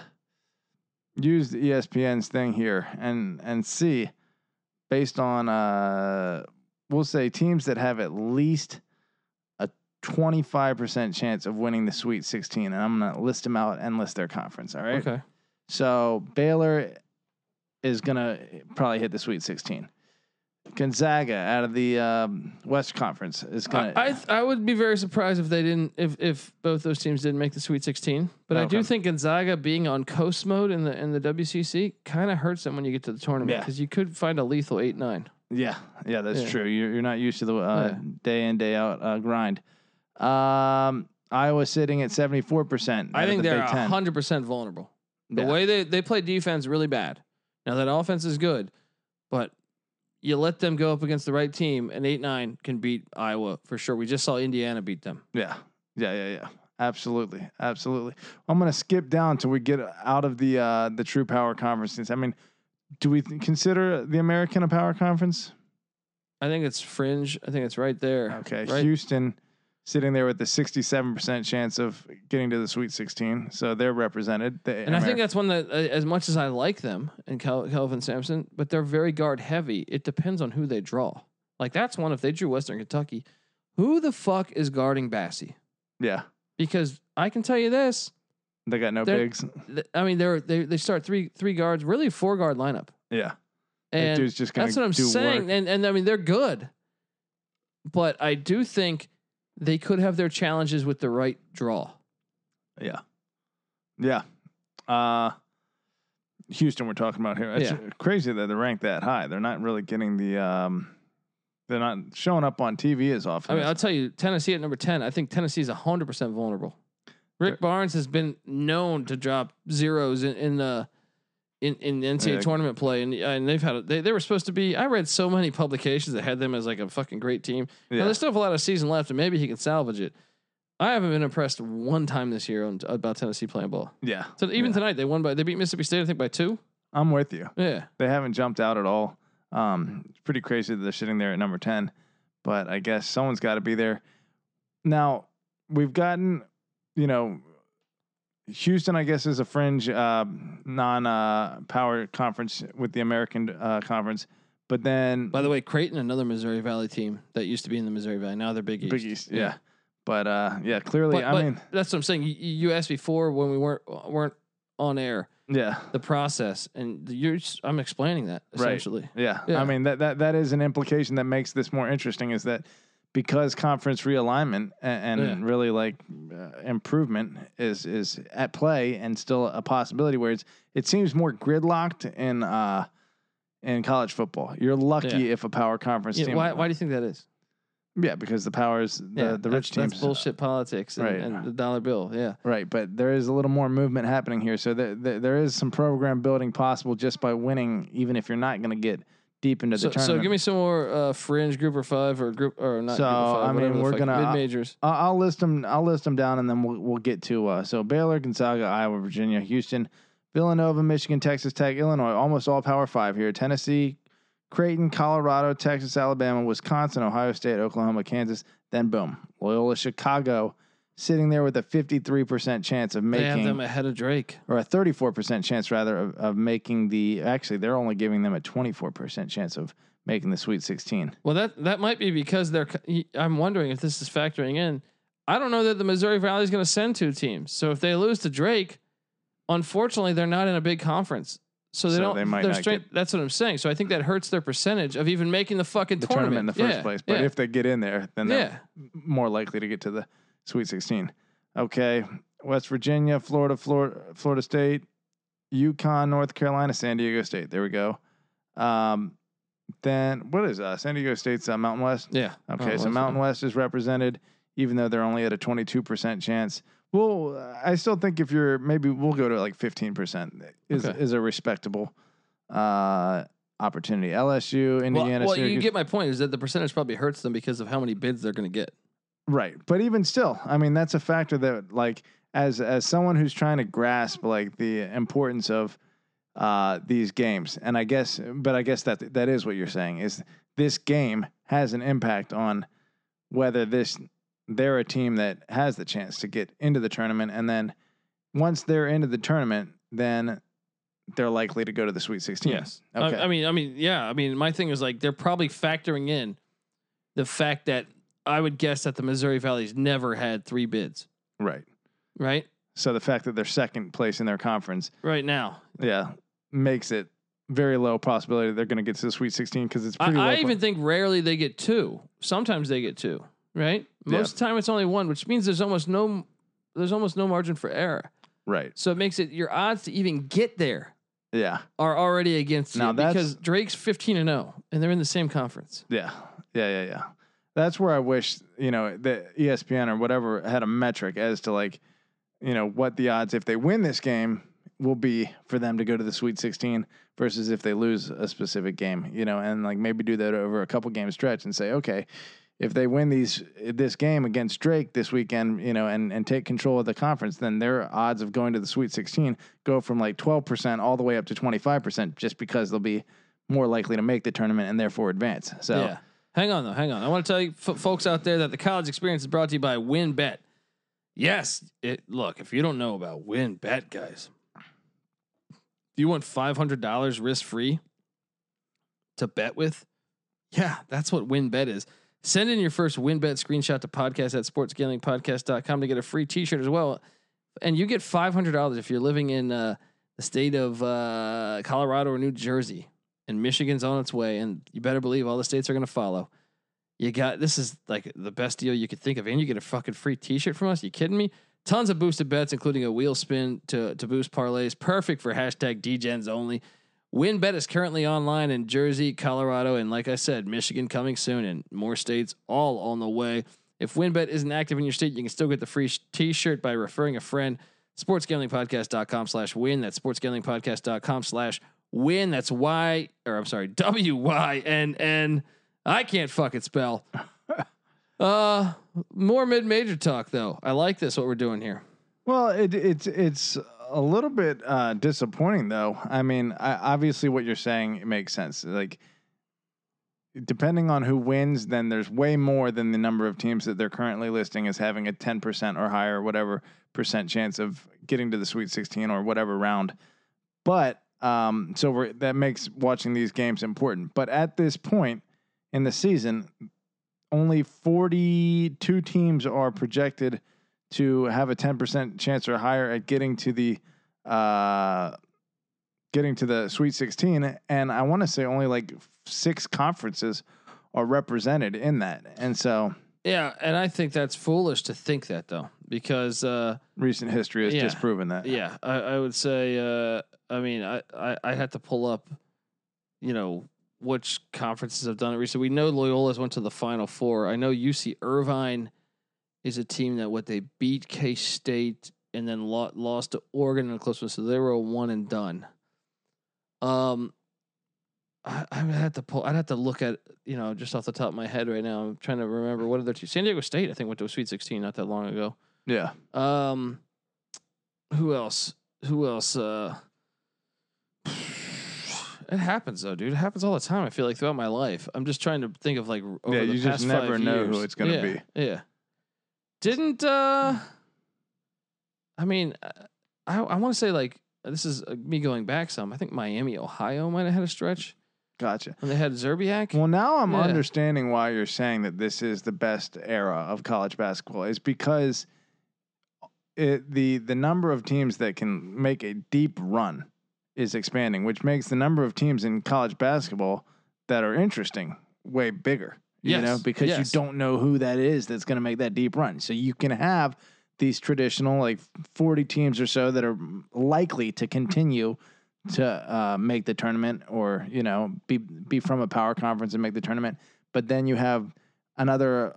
B: use the E ESPN's thing here and and see based on uh, we'll say teams that have at least a twenty five percent chance of winning the Sweet Sixteen, and I'm gonna list them out and list their conference. All right.
A: Okay.
B: So Baylor is gonna probably hit the Sweet Sixteen. Gonzaga out of the um, West Conference is
A: I,
B: gonna.
A: I th- I would be very surprised if they didn't if if both those teams didn't make the Sweet 16. But I do
B: Okay.
A: think Gonzaga being on coast mode in the in the WCC kind of hurts them when you get to the tournament
B: Yeah.
A: because you could find a lethal eight nine.
B: Yeah, yeah, that's
A: Yeah.
B: true. You're you're not used to the uh,
A: Yeah.
B: day in day out uh, grind. Um, Iowa sitting at seventy four percent.
A: I think
B: the
A: they're
B: Big Ten.
A: hundred percent vulnerable. The
B: Yeah.
A: way they they play defense really bad. Now that offense is good, but you let them go up against the right team, and eight nine can beat Iowa for sure. We just saw Indiana beat them.
B: Yeah, yeah, yeah, yeah. Absolutely, absolutely. I'm gonna skip down till we get out of the uh, the True Power conferences. I mean, do we th- consider the American a power conference?
A: I think it's fringe. I think it's right there.
B: Okay,
A: Right.
B: Houston sitting there with the sixty seven percent chance of getting to the Sweet Sixteen, so they're represented. The
A: And I think
B: Ameri-
A: that's one that, uh, as much as I like them and Cal- Calvin Sampson, but they're very guard heavy. It depends on who they draw. Like that's one. If they drew Western Kentucky, who the fuck is guarding Bassie?
B: yeah,
A: Because I can tell you this.
B: they got no
A: They're-
B: bigs.
A: th- I mean, they're they they start three three guards, really a four guard lineup,
B: Yeah, that
A: and
B: dude's just gonna
A: that's what I'm
B: do
A: saying.
B: work.
A: And and I mean, they're good, but I do think they could have their challenges with the right draw.
B: Yeah. Yeah. Uh Houston we're talking about here. It's
A: Yeah.
B: crazy that they're ranked that high. They're not really getting the um they're not showing up on TV as often.
A: I mean,
B: as-
A: I'll tell you, Tennessee at number ten. I think Tennessee is hundred percent vulnerable. Rick Barnes has been known to drop zeros in, in the in in the NCAA
B: Yeah.
A: tournament play, and and they've had a, they they were supposed to be. I read so many publications that had them as like a fucking great team. Now,
B: yeah.
A: there's still a lot of season left, and maybe he can salvage it. I haven't been impressed one time this year on, about Tennessee playing ball.
B: yeah.
A: So even
B: Yeah.
A: tonight, they won by they beat Mississippi State, I think by two.
B: I'm with you.
A: Yeah,
B: They haven't jumped out at all. Um it's pretty crazy that they're sitting there at number 10, but I guess someone's got to be there. Now, we've gotten, you know, Houston, I guess, is a fringe uh, non uh, power conference with the American uh, conference. But then
A: by the way, Creighton, another Missouri Valley team that used to be in the Missouri Valley, now they're Big East.
B: Big East, yeah. But uh, yeah, clearly,
A: But,
B: I
A: but
B: mean,
A: that's what I'm saying. You, you asked before when we weren't weren't on air
B: yeah,
A: the process, and you're I'm explaining that
B: Right.
A: essentially.
B: yeah,
A: Yeah.
B: I mean that that that is an implication that makes this more interesting is that because conference realignment and, and
A: Yeah.
B: really like uh, improvement is is at play and still a possibility. Whereas it seems more gridlocked in uh, in college football. You're lucky
A: Yeah.
B: if a power conference
A: Yeah,
B: team.
A: why why do you think that is?
B: yeah, because the powers the
A: yeah,
B: the
A: that's,
B: rich
A: that's
B: teams
A: bullshit politics and,
B: Right.
A: and the dollar bill. Yeah.
B: Right, but there is a little more movement happening here, so there there, there is some program building possible just by winning, even if you're not going to get deep into
A: So,
B: the
A: so
B: tournament.
A: give me some more uh, fringe group or five or group or not.
B: So,
A: group of five,
B: I mean, we're gonna- uh,
A: mid majors.
B: I- I'll list them. I'll list them down, and then we'll we'll get to uh, so Baylor, Gonzaga, Iowa, Virginia, Houston, Villanova, Michigan, Texas Tech, Illinois. Almost all Power Five here. Tennessee, Creighton, Colorado, Texas, Alabama, Wisconsin, Ohio State, Oklahoma, Kansas. Then boom, Loyola, Chicago, sitting there with a 53% chance of
A: They
B: making
A: have them ahead of Drake.
B: or a 34% chance rather of, of making the actually they're only giving them a 24% chance of making the Sweet 16.
A: Well, that that might be because they're. c- I'm wondering if this is factoring in. I don't know that the Missouri Valley is going to send two teams. So if they lose to Drake, unfortunately, they're not in a big conference. So they
B: So
A: don't.
B: they might
A: they're
B: not
A: straight. That's what I'm saying. So I think that hurts their percentage of even making the fucking
B: The tournament,
A: tournament.
B: in the first
A: Yeah,
B: place. But
A: yeah,
B: if they get in there, then they're
A: yeah,
B: more likely to get to the Sweet 16. Okay, West Virginia, Florida, Florida, Florida State, Yukon, North Carolina, San Diego State. There we go. Um, then what is uh, San Diego State's uh, Mountain West?
A: yeah.
B: Okay,
A: Mountain
B: so
A: West.
B: Mountain West is represented, even though they're only at a 22% chance. Well, I still think if you're maybe we'll go to like 15% is
A: Okay.
B: is a respectable uh, opportunity. LSU,
A: Well,
B: Indiana,
A: well, you
B: Syracuse.
A: get my point. Is that the percentage probably hurts them because of how many bids they're going to get?
B: Right. But even still, I mean, that's a factor that like as as someone who's trying to grasp like the importance of uh these games. And I guess but I guess that that is what you're saying is this game has an impact on whether this they're a team that has the chance to get into the tournament and then once they're into the tournament, then they're likely to go to the Sweet 16.
A: I-
B: Okay.
A: I, mean, I mean, yeah. I mean, my thing is like they're probably factoring in the fact that I would guess that the Missouri Valley's never had three bids,
B: Right.
A: right?
B: So the fact that they're second place in their conference
A: Right now,
B: yeah, makes it very low possibility they're going to get to the Sweet 16 because it's
A: I,
B: pretty.
A: I
B: likely-
A: even think rarely they get two. Sometimes they get two, right?
B: Yeah.
A: Most of the time it's only one, which means there's almost no there's almost no margin for error.
B: right.
A: So it makes it your odds to even get there
B: Yeah,
A: are already against
B: Now
A: you
B: that's-
A: because Drake's 15 and 0 and they're in the same conference.
B: yeah, yeah, yeah, yeah. That's where I wish you know E the ESPN or whatever had a metric as to like, you know, what the odds if they win this game will be for them to go to the Sweet 16 versus if they lose a specific game. You know, and like maybe do that over a couple game stretch and say, okay. If they win these this game against Drake this weekend, you know, and, and take control of the conference, then their odds of going to the Sweet 16 go from like 12% all the way up to 25% just because they'll be more likely to make the tournament and therefore advance. So,
A: Yeah. Hang on though, hang on. I want to tell you f- folks out there that the college experience is brought to you by WinBet. Yes, it look, if you don't know about WinBet, guys. Do you want $500 risk-free to bet with? Yeah, that's what WinBet is. Send in your first WinBet screenshot to podcast at sportsgamblingpodcast.com to get a free t-shirt as well. And you get $500 if you're living in uh, the state of uh, Colorado or New Jersey and Michigan's on its way, and you better believe all the states are going to follow. You got this is like the best deal you could think of, and you get a fucking free T-shirt from us. You kidding me? Tons of boosted bets, including a wheel spin to to boost parlays, perfect for hashtag DGens only. WinBet is currently online in Jersey, Colorado, and like I said, Michigan coming soon, and more states all on the way. If WinBet isn't active in your state, you can still get the free sh- T-shirt by referring a friend. SportsGamblingPodcast.com slash win. That's SportsGamblingPodcast.com slash win. That's Y, or I'm sorry, W-Y-N-N. I can't fucking spell. Uh, more mid-major talk, though. I like this, what we're doing here.
B: well, it, it's it's a little bit uh, disappointing though. I mean, I, obviously, what you're saying it makes sense. Like, depending on who wins, then there's way more than the number of teams that they're currently listing as having a 10% or higher, whatever percent chance of getting to the Sweet 16 or whatever round. But um, so we're, that makes watching these games important. But at this point in the season, only 42 teams are projected to have a 10% chance or higher at getting to the uh, getting to the Sweet 16, and I want to say only like six conferences are represented in that. And so
A: Yeah, and I think that's foolish to think that, though, because uh,
B: recent history has
A: Yeah.
B: disproven that.
A: Yeah, I, I would say. Uh, I mean, I, I I had to pull up, you know, which conferences have done it recently. We know Loyola's went to the Final Four. I know UC Irvine is a team that what they beat K State and then lo- lost to Oregon in a close one, so they were a one and done. Um, I, I would have to pull. I'd have to look at you know just off the top of my head right now. I'm trying to remember what other two. San Diego State, I think, went to a Sweet 16 not that long ago.
B: Yeah.
A: Um, who else? Who else? Uh, it happens though, dude. It happens all the time. I feel like throughout my life, I'm just trying to think of like r- over
B: Yeah,
A: the
B: you just
A: past
B: never
A: five
B: know who
A: years.
B: it's gonna
A: Yeah,
B: be.
A: Yeah. Didn't uh, I mean, uh, I I want to say like this is uh, me going back some. I think Miami, Ohio, might have had a stretch.
B: Gotcha.
A: And they had Zerbiak.
B: Well, now I'm
A: Yeah.
B: understanding why you're saying that this is the best era of college basketball is because it, the the number of teams that can make a deep run is expanding, which makes the number of teams in college basketball that are interesting way bigger. You
A: Yes,
B: know, because
A: yes.
B: you don't know who that is that's going to make that deep run. So you can have these traditional like 40 teams or so that are likely to continue to uh, make the tournament or you know be be from a power conference and make the tournament but then you have another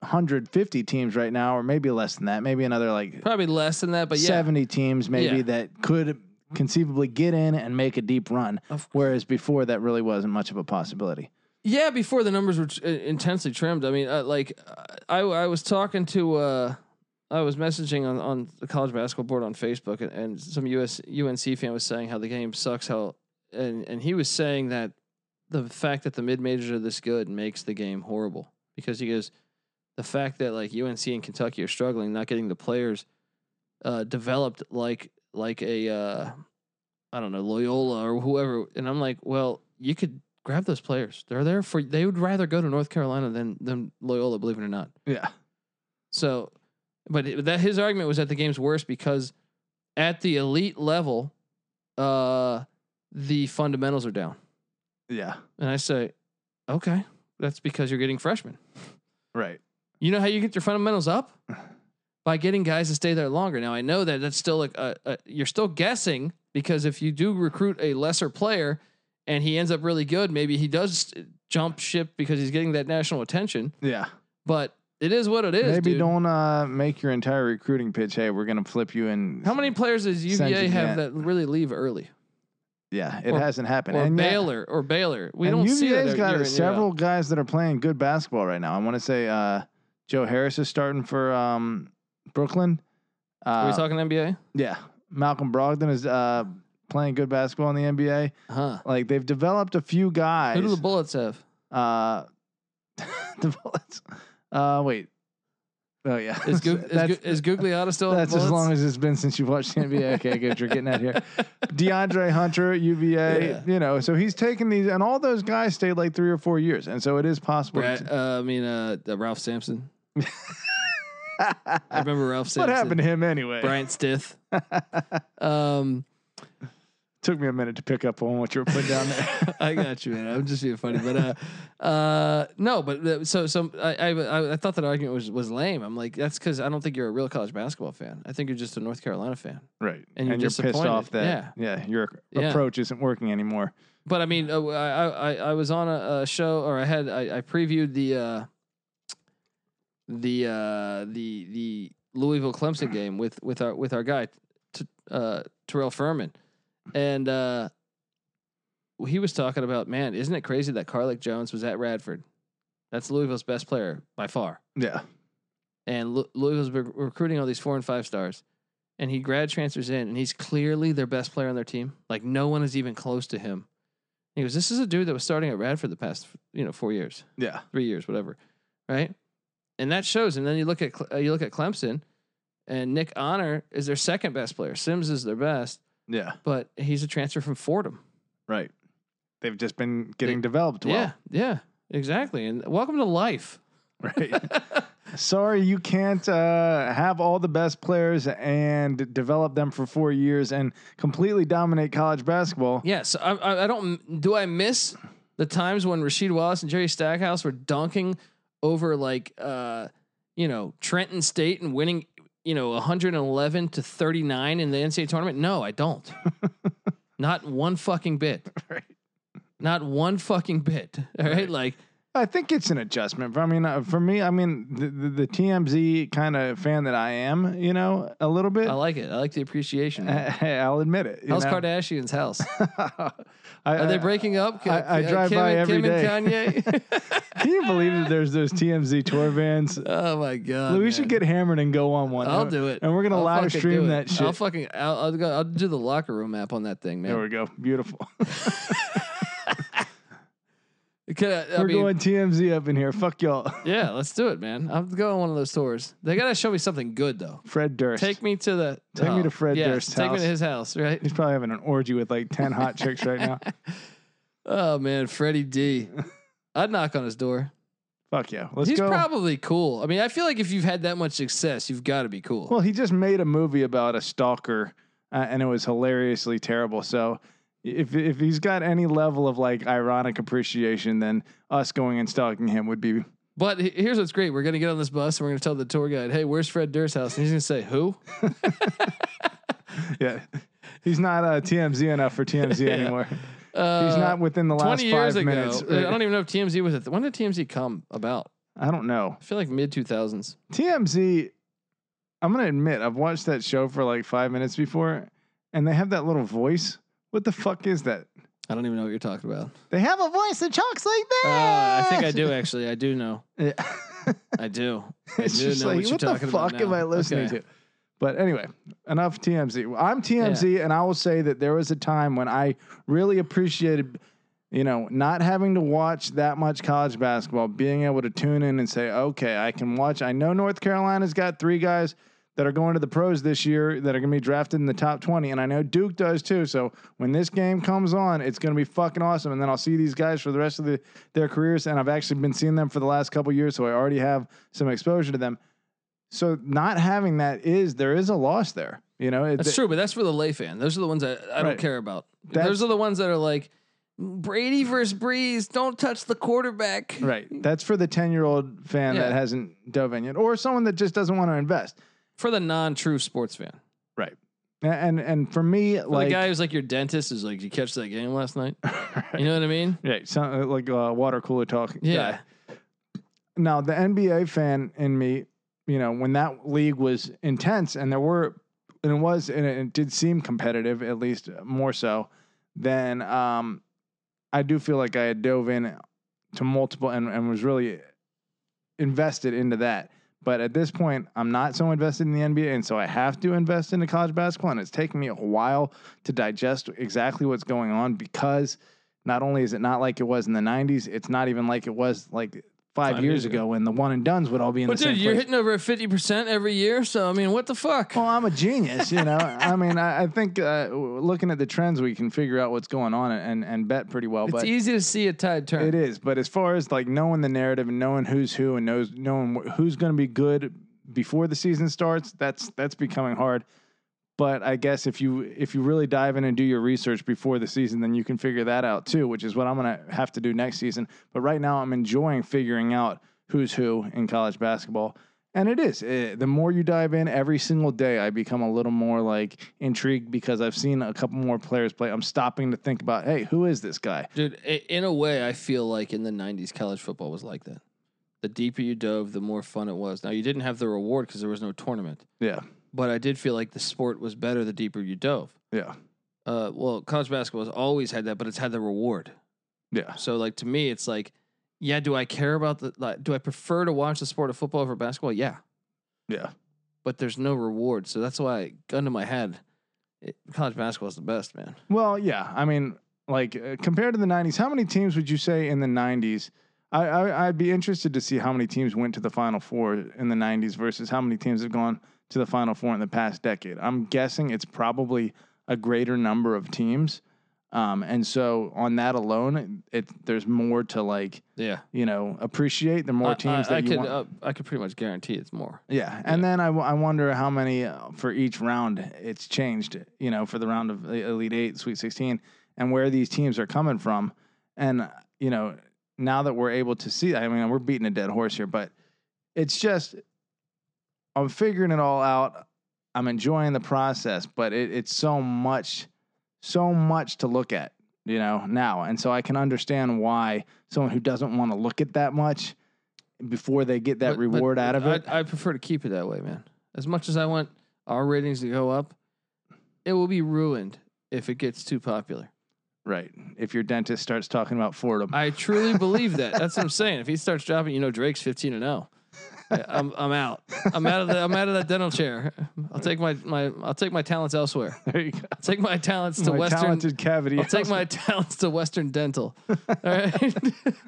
B: 150 teams right now or maybe less than that maybe another like
A: Probably less than that, but yeah.
B: 70 teams maybe
A: Yeah.
B: that could conceivably get in and make a deep run
A: Of-
B: whereas before that really wasn't much of a possibility
A: Yeah, before the numbers were t- uh, intensely trimmed. I mean, uh, like uh, I I was talking to uh I was messaging on on the college basketball board on Facebook and, and some US UNC fan was saying how the game sucks how and and he was saying that the fact that the mid majors are this good makes the game horrible because he goes the fact that like UNC and Kentucky are struggling not getting the players uh developed like like a uh I don't know Loyola or whoever and I'm like well you could grab those players they're there for they would rather go to North Carolina than than Loyola believe it or not
B: yeah
A: so but it- that his argument was that the game's worse because at the elite level uh the fundamentals are down
B: yeah
A: and I say okay that's because you're getting freshmen
B: right
A: you know how you get your fundamentals up by getting guys to stay there longer. Now I know that that's still like a, a, you're still guessing because if you do recruit a lesser player and he ends up really good, maybe he does jump ship because he's getting that national attention.
B: yeah
A: But it is what it is.
B: maybe
A: dude.
B: don't uh, make your entire recruiting pitch hey we're going to flip you in
A: How many players does
B: Send
A: UVA
B: you
A: have
B: that.
A: that really leave early?
B: yeah it
A: or-
B: hasn't happened
A: Or
B: yet-
A: Baylor? Or Baylor? We
B: and
A: don't
B: UVA's
A: see that
B: got
A: year in, year out.
B: several guys that are playing good basketball right now. I want to say uh, Joe Harris is starting for um, Brooklyn.
A: Are we
B: Uh,
A: talking NBA?
B: yeah, Malcolm Brogdon is uh, playing good basketball in the NBA.
A: Huh?
B: Like they've developed a few guys.
A: Who do the Bullets have?
B: uh, the bullets. Uh, wait. Oh yeah,
A: Is, Goog- is,
B: That's-
A: Goog- is Gugliotta still? on the
B: that's as
A: Bullets?
B: long as it's been since you've watched the NBA. Okay, good. You're getting out here. DeAndre Hunter, UVA,
A: Yeah.
B: you know, so he's taking these, and all those guys stayed like three or four years. And so it is possible.
A: Brad,
B: to-
A: uh, I mean, uh, uh, Ralph Sampson. I remember Ralph
B: what
A: Sampson.
B: happened to him anyway?
A: Bryant Stith. um,
B: Took me a minute to pick up on what you were putting down there.
A: I got you, man. I'm just being funny, but uh, uh, no, but uh, so so I, I- I I thought that argument was was lame. I'm like that's because I don't think you're a real college basketball fan. I think you're just a North Carolina fan.
B: right.
A: And you're
B: pissed
A: disappointed.
B: off that, yeah, your
A: Yeah.
B: approach isn't working anymore.
A: But I mean, uh, I, I I- I was on a, a show, or I had I, I previewed the uh, the uh, the the Louisville Clemson game with with our with our guy t- uh, Terrell Furman, and uh, he was talking about man, isn't it crazy that Carlick Jones was at Radford? That's Louisville's best player by far,
B: Yeah.
A: and Lu- Louisville's been recruiting all these four and five stars, and he grad transfers in, and he's clearly their best player on their team. Like no one is even close to him. He goes, "This is a dude that was starting at Radford the past, you know, four years,
B: Yeah.
A: three years, whatever, right?" And that shows. And then you look at Cle- uh, you look at Clemson, and Nick Honor is their second best player. Sims is their best,
B: Yeah.
A: but he's a transfer from Fordham.
B: Right. They've just been getting developed well.
A: Yeah, yeah, exactly. And welcome to life.
B: Right. Sorry, you can't uh, have all the best players and develop them for four years and completely dominate college basketball.
A: Yeah, so I, I, I don't. Do I miss the times when Rasheed Wallace and Jerry Stackhouse were dunking over like, uh, you know, Trenton State and winning, you know, 111 to 39 in the NCAA tournament? No, I don't. Not one fucking bit.
B: Right.
A: Not one fucking bit. All right,
B: Right.
A: like
B: I think it's an adjustment. I mean, uh, for me, I mean, the, the, the TMZ kind of fan that I am, you know, a little bit.
A: I like it. I like the appreciation. man.
B: Hey, I'll admit it. Uh, you
A: How's
B: know?
A: Kardashian's house?
B: I,
A: Are they
B: I- uh,
A: breaking up?
B: I- I drive
A: Kim,
B: by
A: and-
B: every
A: Kim and Kanye.
B: Can you believe that there's those TMZ tour vans?
A: oh my god!
B: we
A: man.
B: should get hammered and go on one.
A: I'll
B: And-
A: do it.
B: And we're gonna
A: I'll
B: live
A: fucking do
B: stream
A: it.
B: that shit.
A: I'll fucking I'll, I'll go I'll do the locker room app on that thing,
B: there
A: man.
B: we go. Beautiful.
A: Can I- I
B: we're
A: mean,
B: going TMZ up in here. Fuck y'all.
A: yeah, let's do it, man. I'm going on one of those tours. They gotta show me something good though.
B: Fred Durst.
A: Take me to the
B: Take me to Fred
A: yes,
B: Durst's
A: Take me
B: house.
A: to his house, right?
B: He's probably having an orgy with like ten hot chicks right now.
A: Oh man, Freddie D. I'd knock on his door.
B: Fuck yeah. Let's
A: He's
B: go.
A: probably cool. I mean, I feel like if you've had that much success, you've got to be cool.
B: well, he just made a movie about a stalker, uh, and it was hilariously terrible. So. If, if he's got any level of like ironic appreciation, then us going and stalking him would be
A: But he- here's what's great: we're gonna get on this bus and we're gonna tell the tour guide, "Hey, where's Fred Durst's house?" And he's gonna say, "Who?"
B: yeah. He's not uh, TMZ enough for TMZ
A: Yeah.
B: anymore.
A: Uh,
B: He's not within the last
A: Twenty years
B: five
A: ago, Uh,
B: minutes.
A: I don't even know if TMZ was. A th- when did TMZ come about?
B: I don't know.
A: I feel like mid two thousands.
B: TMZ, I'm going to admit, I've watched that show for like five minutes before, and they have that little voice. What the fuck is that?
A: I don't even know what you're talking about.
B: They have a voice that talks like
A: Uh,
B: that.
A: I think I do actually. I do know.
B: Yeah.
A: I do. I
B: it's
A: do
B: just
A: know
B: like,
A: what you're
B: what, the
A: talking about
B: fuck am
A: now.
B: I listening
A: Okay.
B: to? But anyway, enough TMZ. I'm TMZ, and I will say that there was a time when I really appreciated, you know, not having to watch that much college basketball, being able to tune in and say, okay, I can watch. I know North Carolina's got three guys that are going to the pros this year that are going to be drafted in the top 20, and I know Duke does too. So when this game comes on, it's going to be fucking awesome. And then I'll see these guys for the rest of the, their careers, and I've actually been seeing them for the last couple years, so I already have some exposure to them. So not having that is there is a loss there. You know,
A: That's true, but that's for the lay fan. Those are the ones I, I
B: Right.
A: don't care about.
B: That's-
A: Those are the ones that are like Brady versus Breeze. Don't touch the quarterback.
B: Right. That's for the 10 year old fan that
A: Yeah.
B: hasn't dove in yet, or someone that just doesn't want to invest.
A: For the non-true sports fan,
B: Right. And and for me,
A: for
B: like
A: the guy who's like your dentist is like, "Did you catch that game last night?" You know what I mean?
B: right, some, like uh, water cooler talk.
A: Yeah.
B: guy. Now the NBA fan in me, you know, when that league was intense and there were, and it was, and it, it did seem competitive, at least more so, then um, I do feel like I had dove in to multiple and, and was really invested into that. But at this point, I'm not so invested in the NBA, and so I have to invest into college basketball. And it's taken me a while to digest exactly what's going on because not only is it not like it was in the 90s, it's not even like it was like five,
A: Five
B: years,
A: years
B: ago.
A: ago.
B: when the one and duns would all be in
A: But
B: the same
A: dude, you're
B: place.
A: hitting over fifty percent every year. So I mean, what the fuck?
B: Well, I'm a genius, you know. I mean, I, I think uh, w- looking at the trends, we can figure out what's going on and, and bet pretty well.
A: it's
B: but
A: easy to see a tide turn.
B: it is. But as far as like knowing the narrative and knowing who's who and knows knowing wh- who's going to be good before the season starts, that's that's becoming hard. But I guess if you if you really dive in and do your research before the season, then you can figure that out too, which is what I'm going to have to do next season. But right now, I'm enjoying figuring out who's who in college basketball. And it is. Eh, the more you dive in every single day, I become a little more like intrigued because I've seen a couple more players play. I'm stopping to think about, hey, who is this guy?
A: Dude, i- in a way, I feel like in the '90s, college football was like that. The deeper you dove, the more fun it was. Now you didn't have the reward because there was no tournament,
B: Yeah.
A: but I did feel like the sport was better the deeper you dove.
B: Yeah.
A: Uh, well, college basketball has always had that, but it's had the reward.
B: Yeah.
A: So, like to me, it's like, yeah, do I care about the? Like, do I prefer to watch the sport of football over basketball? Yeah,
B: Yeah.
A: but there's no reward, so that's why, gun to my head, it, college basketball is the best, man.
B: Well, yeah. I mean, like uh, compared to the '90s, how many teams would you say in the '90s? I, I I'd be interested to see how many teams went to the Final Four in the '90s versus how many teams have gone to the Final Four in the past decade. I'm guessing it's probably a greater number of teams, um, and so on that alone, it, there's more to like
A: Yeah,
B: you know appreciate. The more
A: I- I,
B: teams that
A: I
B: you
A: could,
B: want.
A: uh, I could pretty much guarantee it's more.
B: Yeah, and then I, w- I wonder how many uh, for each round it's changed. You know, for the round of the Elite Eight, Sweet Sixteen, and where these teams are coming from. And uh, you know, now that we're able to see, I mean, we're beating a dead horse here, but it's just I'm figuring it all out. I'm enjoying the process, but it, it's so much, so much to look at, you know, now. And so I can understand why someone who doesn't want to look at that much before they get
A: But-
B: that
A: but
B: reward out of it.
A: I, I prefer to keep it that way, man. As much as I want our ratings to go up, it will be ruined if it gets too popular.
B: Right. If your dentist starts talking about Fordham.
A: I truly believe that. That's what I'm saying. If he starts dropping, you know, Drake's 15 and 0. I- I'm I'm out. I'm out of the I'm out of that dental chair. I'll take my my I'll take my talents elsewhere.
B: there you go.
A: I'll take my talents to
B: my
A: Western.
B: talented cavity.
A: I'll take my talents to Western Dental. All right.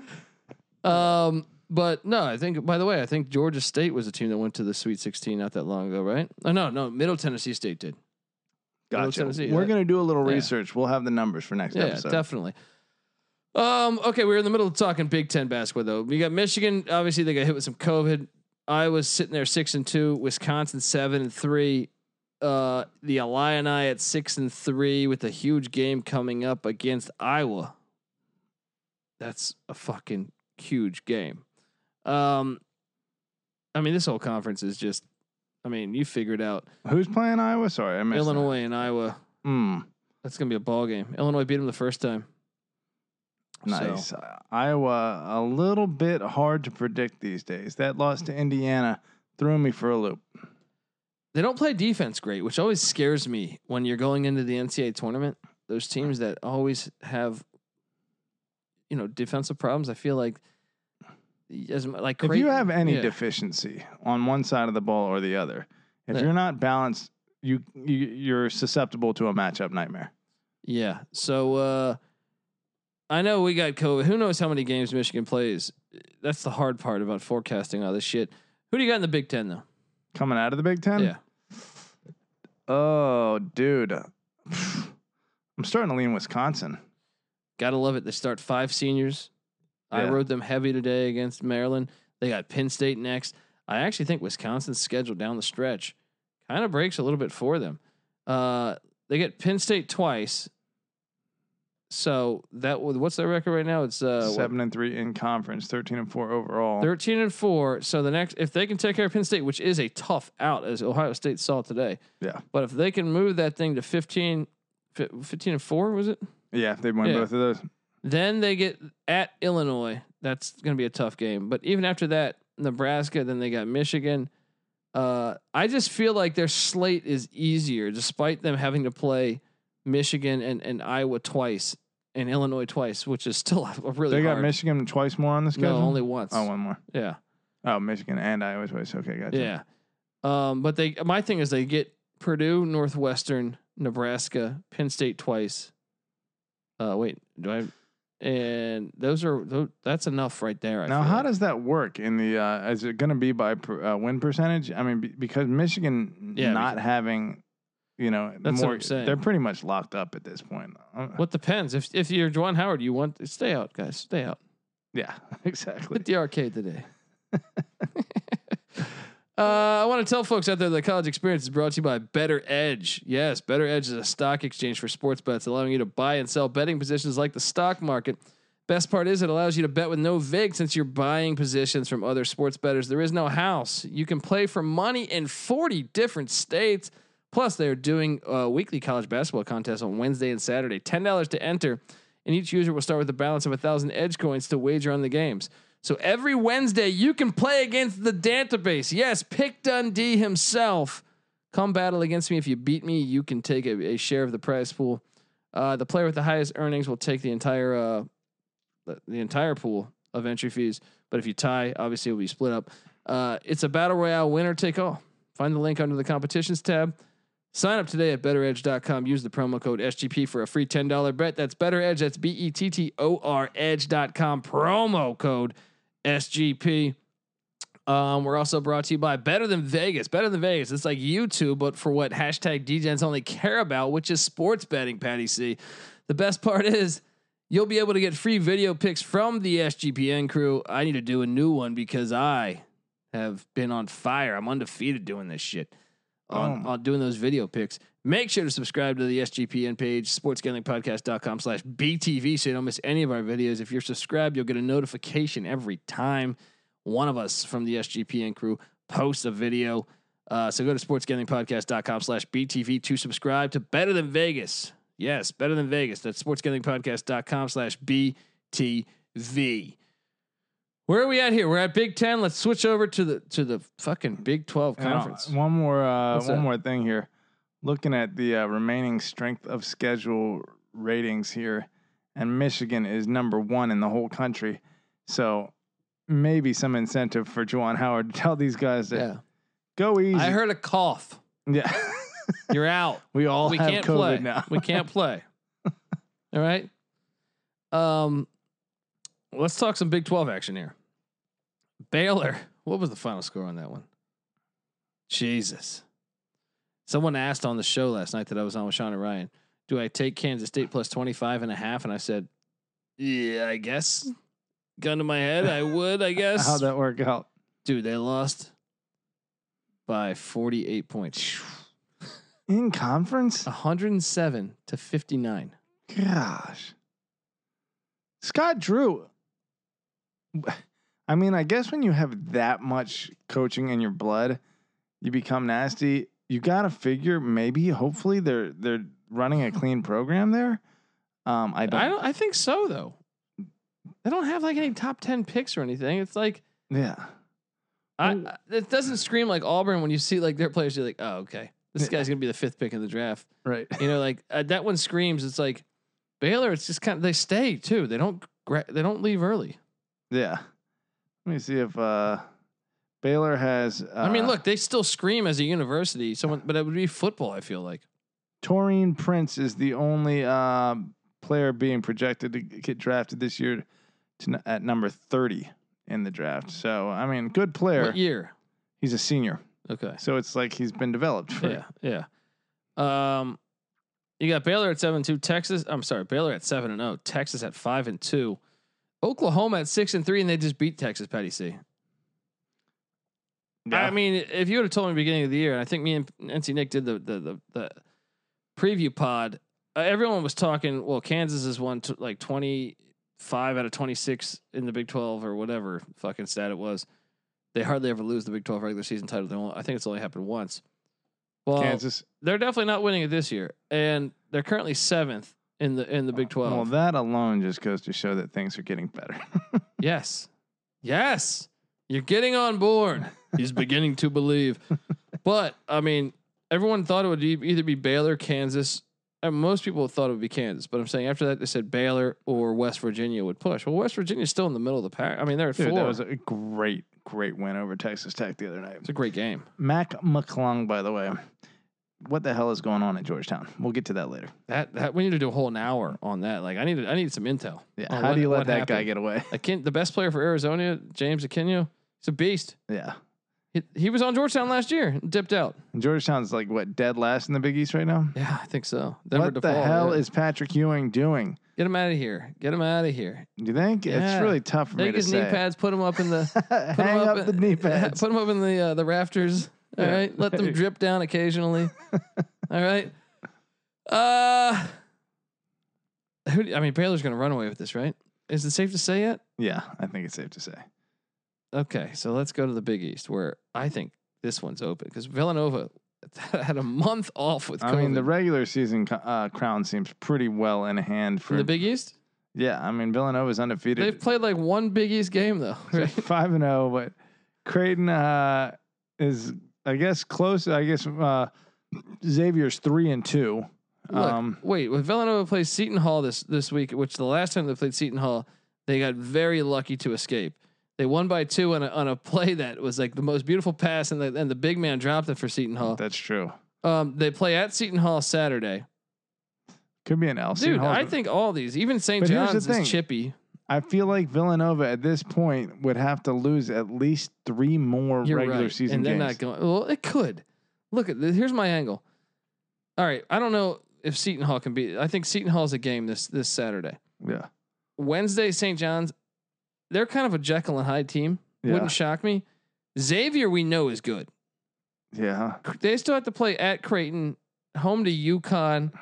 A: um, but no, I think. By the way, I think Georgia State was a team that went to the Sweet 16 not that long ago, right? Oh no, no, Middle Tennessee State did. Middle
B: Gotcha.
A: Tennessee,
B: We're
A: yeah.
B: going to do a little
A: Yeah.
B: research. We'll have the numbers for next
A: Yeah,
B: episode.
A: definitely. Um. Okay, we were in the middle of talking Big Ten basketball though. We got Michigan. Obviously, they got hit with some COVID. Iowa's sitting there six and two. Wisconsin seven and three. Uh, the Illini at six and three with a huge game coming up against Iowa. That's a fucking huge game. Um, I mean, this whole conference is just. I mean, you figured out
B: Who's playing Iowa? Sorry, I missed that.
A: Illinois and Iowa.
B: Mm,
A: That's gonna be a ball game. Illinois beat them the first time. So-
B: nice. Uh, Iowa, a little bit hard to predict these days. That loss to Indiana threw me for a loop.
A: they don't play defense great, which always scares me when you're going into the NCAA tournament. Those teams that always have, you know, defensive problems. I feel like, as mu- like
B: If you
A: Creighton-
B: have any
A: yeah.
B: deficiency on one side of the ball or the other, if
A: Yeah.
B: you're not balanced, you, you you're susceptible to a matchup nightmare.
A: yeah. So uh, I know we got COVID. Who knows how many games Michigan plays? That's the hard part about forecasting all this shit. Who do you got in the Big Ten though?
B: Coming out of the Big Ten,
A: yeah,
B: Oh, dude, I'm starting to lean Wisconsin.
A: gotta love it. They start five seniors. I
B: Yeah.
A: rode them heavy today against Maryland. They got Penn State next. I actually think Wisconsin's schedule down the stretch kind of breaks a little bit for them. Uh, they get Penn State twice. So that would- what's their record right now? It's uh, what,
B: Seven and three in conference, thirteen and four overall.
A: 13 and 4. So the next if they can take care of Penn State, which is a tough out as Ohio State saw today.
B: Yeah.
A: But if they can move that thing to 15 fi- 15 and 4 was it?
B: yeah, they won
A: Yeah.
B: both of those.
A: Then they get at Illinois. That's going to be a tough game. But even after that, Nebraska, then they got Michigan. Uh, I just feel like their slate is easier despite them having to play Michigan and, and Iowa twice and Illinois twice, which is still a really
B: they got
A: hard.
B: Michigan twice more on the
A: No,
B: schedule.
A: only once.
B: oh, one more.
A: yeah.
B: Oh, Michigan and Iowa twice. Okay, gotcha.
A: Yeah. Um, but they my thing is they get Purdue, Northwestern, Nebraska, Penn State twice. Uh wait, do I and those are tho- that's enough right there. I
B: Now,
A: feel
B: how
A: like.
B: does that work in the? Uh, is it going to be by per, uh, win percentage? I mean, be, because Michigan
A: Yeah,
B: not having, you know,
A: That's what
B: more.
A: I'm saying.
B: They're pretty much locked up at this point. Uh,
A: what depends? If if you're Juwan Howard, you want stay out, guys. Stay out.
B: Yeah, exactly.
A: Hit the arcade today. uh, I want to tell folks out there that college experience is brought to you by Better Edge. Yes, Better Edge is a stock exchange for sports bets, allowing you to buy and sell betting positions like the stock market. Best part is it allows you to bet with no vig since you're buying positions from other sports bettors. There is no house. You can play for money in 40 different states. Plus, they're doing a weekly college basketball contest on Wednesday and Saturday. $10 to enter, and each user will start with a balance of 1,000 edge coins to wager on the games. So every Wednesday, you can play against the database. Yes, Pick Dundee himself. Come battle against me. If you beat me, you can take a, a share of the prize pool. Uh, the player with the highest earnings will take the entire uh, the, the entire pool of entry fees. But if you tie, obviously it will be split up. Uh, it's a battle royale winner take all. Find the link under the competitions tab. Sign up today at betteredge.com. Use the promo code SGP for a free $10 bet. That's betteredge. That's B E T T O R edge.com. Promo code SGP. Um, we're also brought to you by Better Than Vegas. Better Than Vegas. It's like YouTube, but for what hashtag DGens only care about, which is sports betting, Patty C. The best part is you'll be able to get free video picks from the SGPN crew. I need to do a new one because I have been on fire. I'm undefeated doing this shit on,
B: Oh.
A: on doing those video picks. Make sure to subscribe to the SGPN page, sportsgamblingpodcast.com slash BTV so you don't miss any of our videos. If you're subscribed, you'll get a notification every time one of us from the SGPN crew posts a video. Uh, so go to sportsgamblingpodcast.com slash BTV to subscribe to Better Than Vegas. Yes, Better Than Vegas. That's sportsgamblingpodcast.com slash BTV. Where are we at here? We're at Big Ten. Let's switch over to the to the fucking Big Twelve
B: And, uh,
A: conference.
B: one more. Uh,
A: What's
B: one
A: that?
B: more thing here. Looking at the uh, remaining strength of schedule ratings here, and Michigan is number one in the whole country. So maybe some incentive for Juwan Howard to tell these guys to
A: Yeah.
B: go easy.
A: I heard a cough.
B: yeah,
A: You're out.
B: we all
A: we
B: have
A: can't
B: COVID
A: play.
B: now.
A: We can't play. All right. Um, let's talk some Big Twelve action here. Baylor. What was the final score on that one? Jesus. Someone asked on the show last night that I was on with Sean and Ryan, do I take Kansas State plus 25 and a half? And I said,
C: Yeah, I guess. Gun to my head, I would, I guess.
B: How'd that work out?
C: Dude, they lost by 48 points.
B: In conference?
C: 107 to 59.
B: Gosh. Scott Drew. I mean, I guess when you have that much coaching in your blood, you become nasty. You gotta figure maybe, hopefully, they're they're running a clean program there. Um, I don't.
A: I don't. I think so though. They don't have like any top ten picks or anything. It's like
B: yeah,
A: I,
B: Well-
A: I- it doesn't scream like Auburn when you see like their players. You're like, oh okay, this
B: Yeah.
A: guy's gonna be the fifth pick in the draft.
B: right.
A: You know, like uh, that one screams. It's like Baylor. It's just kind of they stay too. They don't. Gra- they don't leave early.
B: Yeah. Let me see if uh, Baylor has. Uh,
A: I mean, look, they still scream as a university. Someone, but it would be football. I feel like.
B: Taurine Prince is the only uh, player being projected to get drafted this year to, n- at number 30 in the draft. So, I mean, good player.
A: What year?
B: He's a senior.
A: Okay.
B: So it's like he's been developed for
A: Yeah, yeah. Um, you got Baylor at seven two. Texas. I'm sorry, Baylor at seven and zero. Texas at five and two. Oklahoma at six and three, and they just beat Texas. Patty C. I
B: Yeah.
A: mean, if you would have told me beginning of the year, and I think me and Nancy Nick did the the the, the preview pod. Uh, everyone was talking. Well, Kansas has won t- like twenty five out of twenty six in the Big Twelve or whatever fucking stat it was. They hardly ever lose the Big Twelve regular season title. They only, I think it's only happened once. Well,
B: Kansas.
A: they're definitely not winning it this year, and they're currently seventh in the in the Big Twelve.
B: Well, that alone just goes to show that things are getting better.
A: yes, yes, you're getting on board. He's beginning to believe, but I mean, everyone thought it would e- either be Baylor, Kansas. And most people thought it would be Kansas, but I'm saying after that they said Baylor or West Virginia would push. Well, West Virginia's still in the middle of the pack. I mean, they're at
B: Dude,
A: four.
B: that was a great, great win over Texas Tech the other night.
A: it's a great game.
B: Mac McClung, by the way. What the hell is going on at Georgetown? We'll get to that later.
A: That that we need to do a whole hour on that. Like I need to, I need some intel.
B: Yeah.
A: on
B: How
A: Oh, what-
B: do you let
A: what
B: that guy
A: happened.
B: get away?
A: Akin, the best player for Arizona, James Akinyo, he's a beast.
B: Yeah.
A: He, he was on Georgetown last year, and dipped out.
B: And Georgetown's like what dead last in the Big East right now.
A: Yeah, I think so. Denver
B: what the
A: DePaul,
B: hell
A: yeah.
B: is Patrick Ewing doing?
A: Get him out of here. Get him out of here.
B: Do you think
A: Yeah.
B: it's really tough for me
A: Take
B: to
A: his
B: say?
A: knee pads. Put him up in the. Put
B: Hang
A: him
B: up,
A: up
B: the
A: in-
B: knee pads.
A: Put him up in the uh, the rafters. All
B: Yeah.
A: right. Let them drip down occasionally. All right. Uh, who? do- I mean, Baylor's going to run away with this, right? Is it safe to say yet?
B: yeah, I think it's safe to say.
A: Okay, so let's go to the Big East, where I think this one's open because Villanova had a month off with COVID.
B: I mean, the regular season co- uh, crown seems pretty well in hand for
A: From the Big East,
B: Yeah, I mean Villanova's
A: they've
B: undefeated,
A: played like one Big East game though. Right?
B: five and zero, but Creighton uh, is I guess close. I guess uh, Xavier's three and two.
A: Look,
B: Um,
A: wait, when Villanova plays Seton Hall this this week, which the last time they played Seton Hall, they got very lucky to escape. They won by two on a, on a play that was like the most beautiful pass, and the, and the big man dropped it for Seton Hall.
B: that's true.
A: Um, they play at Seton Hall Saturday.
B: Could be an L.
A: Dude, I think all these, even St.
B: But here's the
A: John's
B: thing.
A: is chippy.
B: I feel like Villanova at this point would have to lose at least three more
A: You're
B: regular
A: right.
B: season
A: and they're
B: games.
A: not going. Well, it could. Look at this. Here's my angle. All right, I don't know if Seton Hall can be. I think Seton Hall's a game this this Saturday.
B: yeah,
A: Wednesday, St. John's. They're kind of a Jekyll and Hyde team.
B: yeah,
A: Wouldn't shock me. Xavier, we know is good.
B: yeah.
A: They still have to play at Creighton, home to Yukon,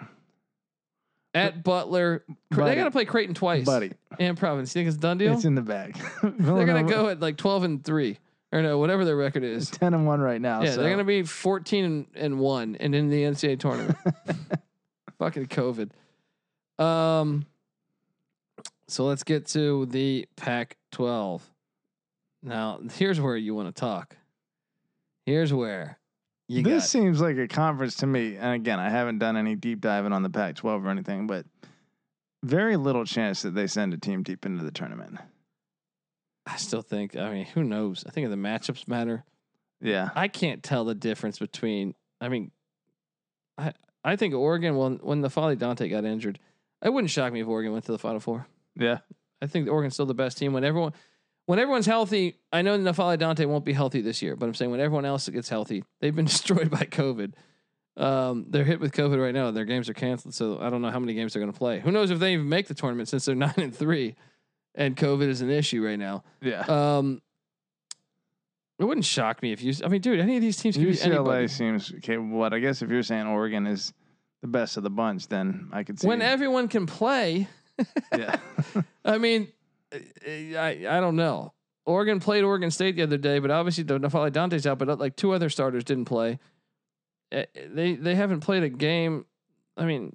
A: at Butler.
B: buddy.
A: they got to play Creighton twice.
B: buddy,
A: And Providence. You think it's a done deal?
B: it's in the bag.
A: they're going
B: Villanova-
A: to go at like 12 and 3 or no, whatever their record is.
B: ten and one right now.
A: Yeah,
B: so.
A: they're gonna be fourteen and, and one and in the NCAA tournament. Fucking COVID. Um. So let's get to the Pac-12. Now, here's where you want to talk. Here's where you
B: this seems like a conference to me. And again, I haven't done any deep diving on the Pac-12 or anything, but very little chance that they send a team deep into the tournament.
A: got. I still think. I mean, who knows? I think the matchups matter.
B: Yeah,
A: I can't tell the difference between. I mean, I I think Oregon when when the Folly Dante got injured, it wouldn't shock me if Oregon went to the Final Four.
B: yeah.
A: I think Oregon's still the best team when everyone when everyone's healthy. I know Nafali Dante won't be healthy this year, but I'm saying when everyone else gets healthy, they've been destroyed by COVID. Um, they're hit with COVID right now. Their games are canceled, so I don't know how many games they're going to play. Who knows if they even make the tournament since they're nine and three, and COVID is an issue right now.
B: Yeah.
A: Um, it wouldn't shock me if you. I mean, dude, any of these teams could be
B: UCLA
A: anybody.
B: seems capable. But I guess if you're saying Oregon is the best of the bunch, then I could see.
A: When everyone can play,
B: yeah.
A: I mean, uh, I I don't know. Oregon played Oregon State the other day, but obviously Nafali Dante's out, but uh, like two other starters didn't play. Uh, They they haven't played a game. I mean,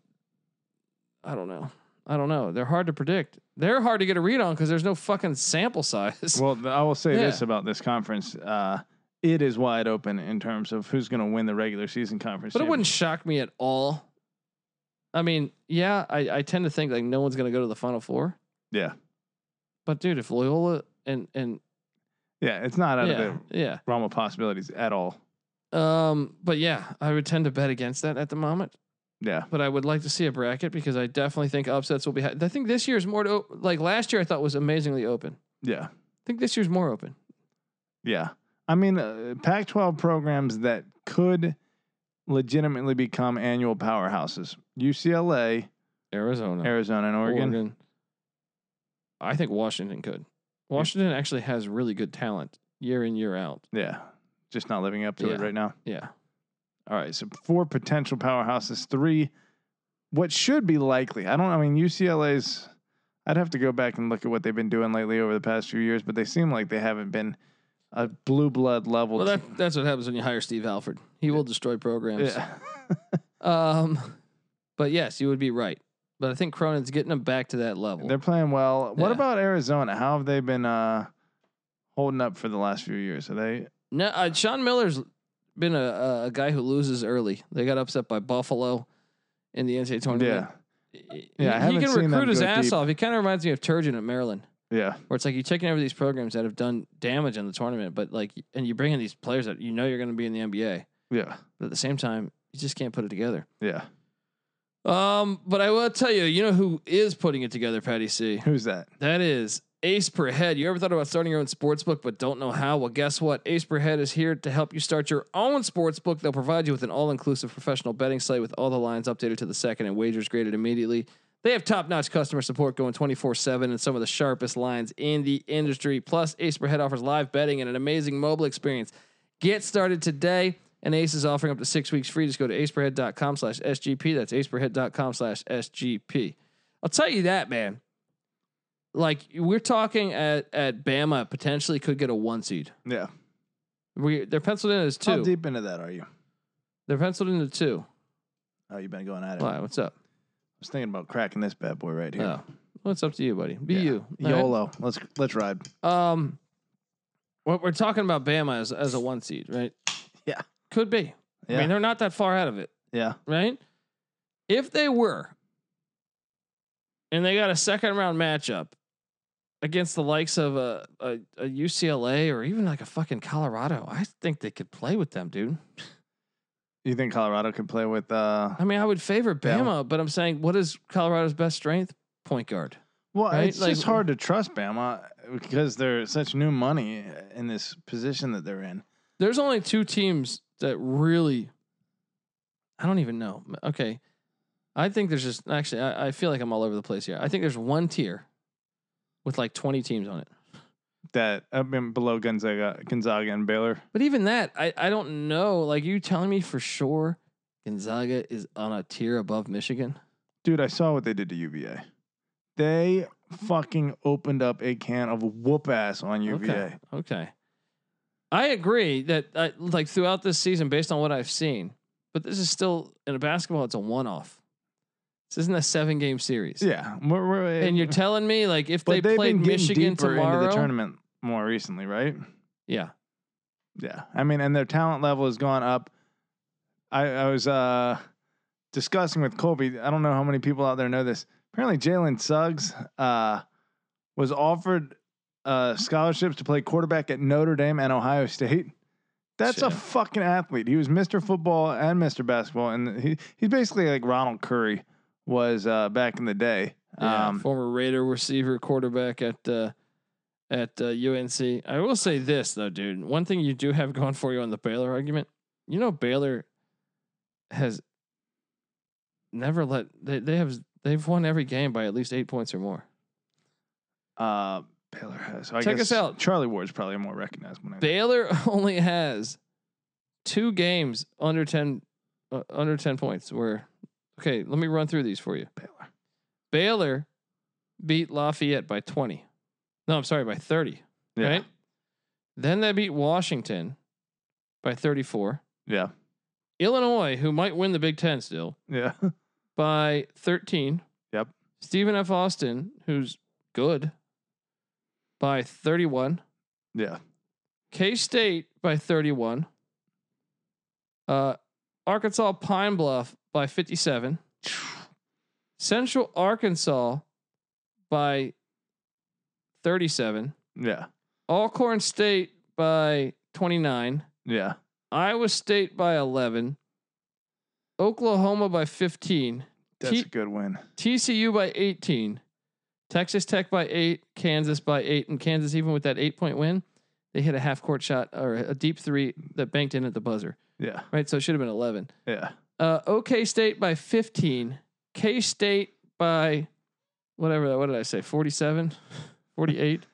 A: I don't know. I don't know. They're hard to predict. They're hard to get a read on because there's no fucking sample size.
B: well, th- I will say
A: Yeah.
B: this about this conference: uh, it is wide open in terms of who's going to win the regular season conference.
A: But it wouldn't shock me at all. I mean, yeah, I, I tend to think like no one's gonna go to the final four.
B: championship.
A: But dude, if Loyola and and
B: yeah, yeah, it's not out
A: yeah,
B: of
A: yeah.
B: the realm of possibilities at all.
A: Um, but yeah, I would tend to bet against that at the moment.
B: Yeah,
A: But I would like to see a bracket because I definitely think upsets will be. Ha- I think this year's more to op- like last year. I thought was amazingly open. I
B: yeah,
A: think this year's more open.
B: yeah. I mean, uh, Pac-12 programs that could legitimately become annual powerhouses: UCLA,
A: Arizona,
B: Arizona, and Oregon.
A: I think Washington could. Washington actually has really good talent year in year out.
B: Yeah, just not living up to it
A: Yeah.
B: right now.
A: Yeah,
B: All right, so four potential powerhouses, three what should be likely. I don't I mean UCLA's I'd have to go back and look at what they've been doing lately over the past few years, but they seem like they haven't been a blue blood level.
A: well,
B: team.
A: that that's what happens when you hire Steve Alford. He will destroy programs.
B: yeah.
A: Um, but yes, you would be right. But I think Cronin's getting them back to that level.
B: They're playing well. What
A: Yeah.
B: about Arizona? How have they been uh holding up for the last few years? Are they
A: No, uh, Sean Miller's been a- a, a guy who loses early. They got upset by Buffalo in the NCAA tournament.
B: Yeah.
A: He-
B: Yeah, I
A: he
B: haven't
A: can
B: seen them
A: recruit his
B: go
A: ass
B: deep.
A: off. He kind of reminds me of Turgeon at Maryland,
B: Yeah.
A: where it's like you're taking over these programs that have done damage in the tournament, but like, and you bring in these players that you know you're going to be in the NBA,
B: Yeah.
A: but at the same time, you just can't put it together.
B: Yeah.
A: Um, but I will tell you, you know who is putting it together, Patty C.
B: Who's that?
A: That is Ace Per Head. You ever thought about starting your own sports book but don't know how? Well, guess what? Ace Per Head is here to help you start your own sports book. They'll provide you with an all inclusive professional betting site with all the lines updated to the second and wagers graded immediately. They have top notch customer support going 24 7 and some of the sharpest lines in the industry. Plus, Ace Per Head offers live betting and an amazing mobile experience. Get started today. And Ace is offering up to six weeks free. Just go to aceperhead.com slash SGP. That's aceperhead.com slash SGP. I'll tell you that, man like we're talking at at Bama potentially could get a one seed.
B: Yeah.
A: We they're penciled in as
B: How
A: two.
B: deep into that are you?
A: They're penciled in as two.
B: Oh, you've been going at it. I
A: Why? What's up?
B: was thinking about cracking this bad boy right here.
A: Oh, what's up to you, buddy? Be
B: Yeah.
A: you. all right?
B: YOLO. Let's let's ride.
A: Um, what we're talking about Bama as as a one seed, right?
B: Yeah.
A: could be. I
B: Yeah.
A: mean, they're not that far out of it,
B: yeah.
A: right? If they were, and they got a second round matchup against the likes of a, a a UCLA or even like a fucking Colorado, I think they could play with them, dude.
B: You think Colorado could play with? uh
A: I mean, I would favor Bama,
B: Bama.
A: but I'm saying, what is Colorado's best strength? Point guard.
B: Well,
A: Right?
B: it's
A: Like-
B: just hard to trust Bama uh, because they're such new money in this position that they're in.
A: There's only two teams that really. I don't even know. Okay, I think there's just actually. I, I feel like I'm all over the place here. I think there's one tier with like 20 teams on it.
B: That I mean, below Gonzaga, Gonzaga and Baylor.
A: But even that, I I don't know. Like you telling me for sure, Gonzaga is on a tier above Michigan.
B: Dude, I saw what they did to UVA. They fucking opened up a can of whoop ass on UVA.
A: Okay. Okay. I agree that I, like throughout this season, based on what I've seen, but this is still in a basketball, it's a one off. This isn't a seven game series.
B: Yeah, we're, we're,
A: And you're telling me like if they
B: but they've
A: played
B: been getting
A: Michigan
B: deeper into
A: tomorrow.
B: the tournament more recently, right?
A: yeah.
B: Yeah. I mean, and their talent level has gone up. I, I was uh, discussing with Colby. I don't know how many people out there know this. Apparently, Jalen Suggs uh, was offered uh, scholarships to play quarterback at Notre Dame and Ohio State. That's a
A: Shit.
B: fucking athlete. He was Mr. Football and Mr. Basketball, and he he's basically like Ronald Curry was uh, back in the day.
A: Yeah,
B: Um,
A: former Raider receiver quarterback at uh, at uh, UNC. I will say this though, dude. One thing you do have going for you on the Baylor argument, you know, Baylor has never let they, they have they've won every game by at least eight points or more.
B: Uh, Baylor has. So I
A: Check
B: guess
A: us out.
B: Charlie Ward's probably a more recognizable name.
A: Baylor only has two games under ten uh, under ten points. Where okay, let me run through these for you.
B: Baylor.
A: Baylor beat Lafayette by twenty. No, I'm sorry, by thirty.
B: Yeah.
A: Right. Then they beat Washington by thirty four.
B: Yeah.
A: Illinois, who might win the Big Ten still,
B: Yeah.
A: by 13.
B: Yep.
A: Stephen F. Austin, who's good, by 31.
B: Yeah.
A: K State by 31. Uh, Arkansas Pine Bluff by 57. Central Arkansas by 37.
B: Yeah.
A: Alcorn State by 29.
B: Yeah.
A: Iowa State by 11. Oklahoma by 15.
B: That's
A: T-
B: a good win.
A: TCU by 18, Texas Tech by 8, Kansas by 8, and Kansas even with that 8-point win, they hit a half court shot or a deep 3 that banked in at the buzzer.
B: Yeah.
A: Right? So it should have been 11.
B: Yeah.
A: Uh OK State by 15, K State by whatever that what did I say? 47, 48,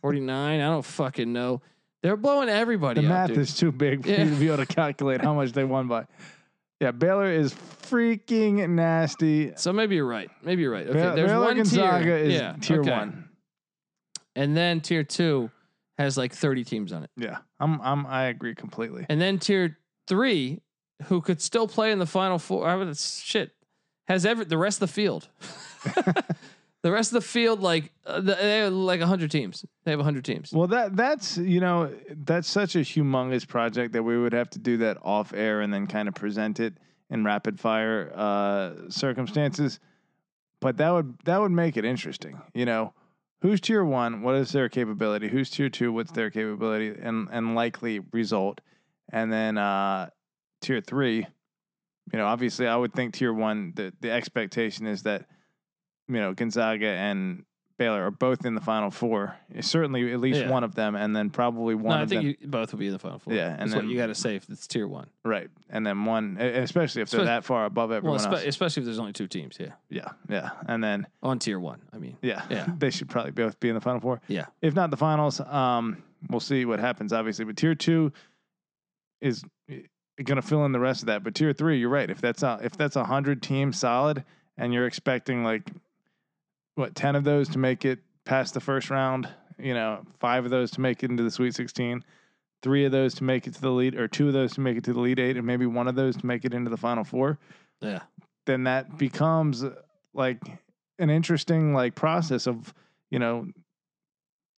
A: 49, I don't fucking know. They're blowing everybody
B: The
A: out,
B: math
A: dude.
B: is too big for
A: Yeah.
B: you to be able to calculate how much they won by. Yeah, Baylor is freaking nasty.
A: so maybe you're right. Maybe you're right. Okay,
B: Ba-
A: there's
B: Baylor
A: one
B: Gonzaga
A: tier.
B: is
A: yeah,
B: tier
A: okay.
B: one.
A: and then tier two has like 30 teams on it.
B: Yeah, I'm. I'm. I agree completely.
A: And then tier three, who could still play in the final four. I would shit has every the rest of the field. the rest of the field, like uh, the- they have like hundred teams. They have hundred teams.
B: Well, that that's you know that's such a humongous project that we would have to do that off air and then kind of present it in rapid fire uh, circumstances. But that would that would make it interesting, you know. Who's tier one? What is their capability? Who's tier two? What's their capability and and likely result? And then uh, tier three, you know, obviously I would think tier one. The the expectation is that you know Gonzaga and Baylor are both in the final four. Certainly, at least
A: Yeah.
B: one of them, and then probably
A: No,
B: one
A: I
B: of
A: think
B: them.
A: you both will be in the final four.
B: Yeah, and
A: that's
B: then-
A: what you got to say if it's tier one.
B: right, and then one, e- especially if they're
A: Spe-
B: that far above everyone
A: Well, espe-
B: else.
A: especially if there's only two teams. Yeah,
B: Yeah, yeah, and then
A: on tier one. I mean,
B: yeah,
A: Yeah.
B: they should probably both be in the final four.
A: Yeah.
B: if not the finals, um, we'll see what happens. Obviously, but tier two is going to fill in the rest of that. But tier three, you're right. If that's a, if that's a hundred team solid, and you're expecting like what ten of those to make it past the first round, you know, five of those to make it into the Sweet Sixteen, three of those to make it to the lead, or two of those to make it to the lead eight, and maybe one of those to make it into the final four
A: yeah,
B: then that becomes uh, like an interesting like process of you know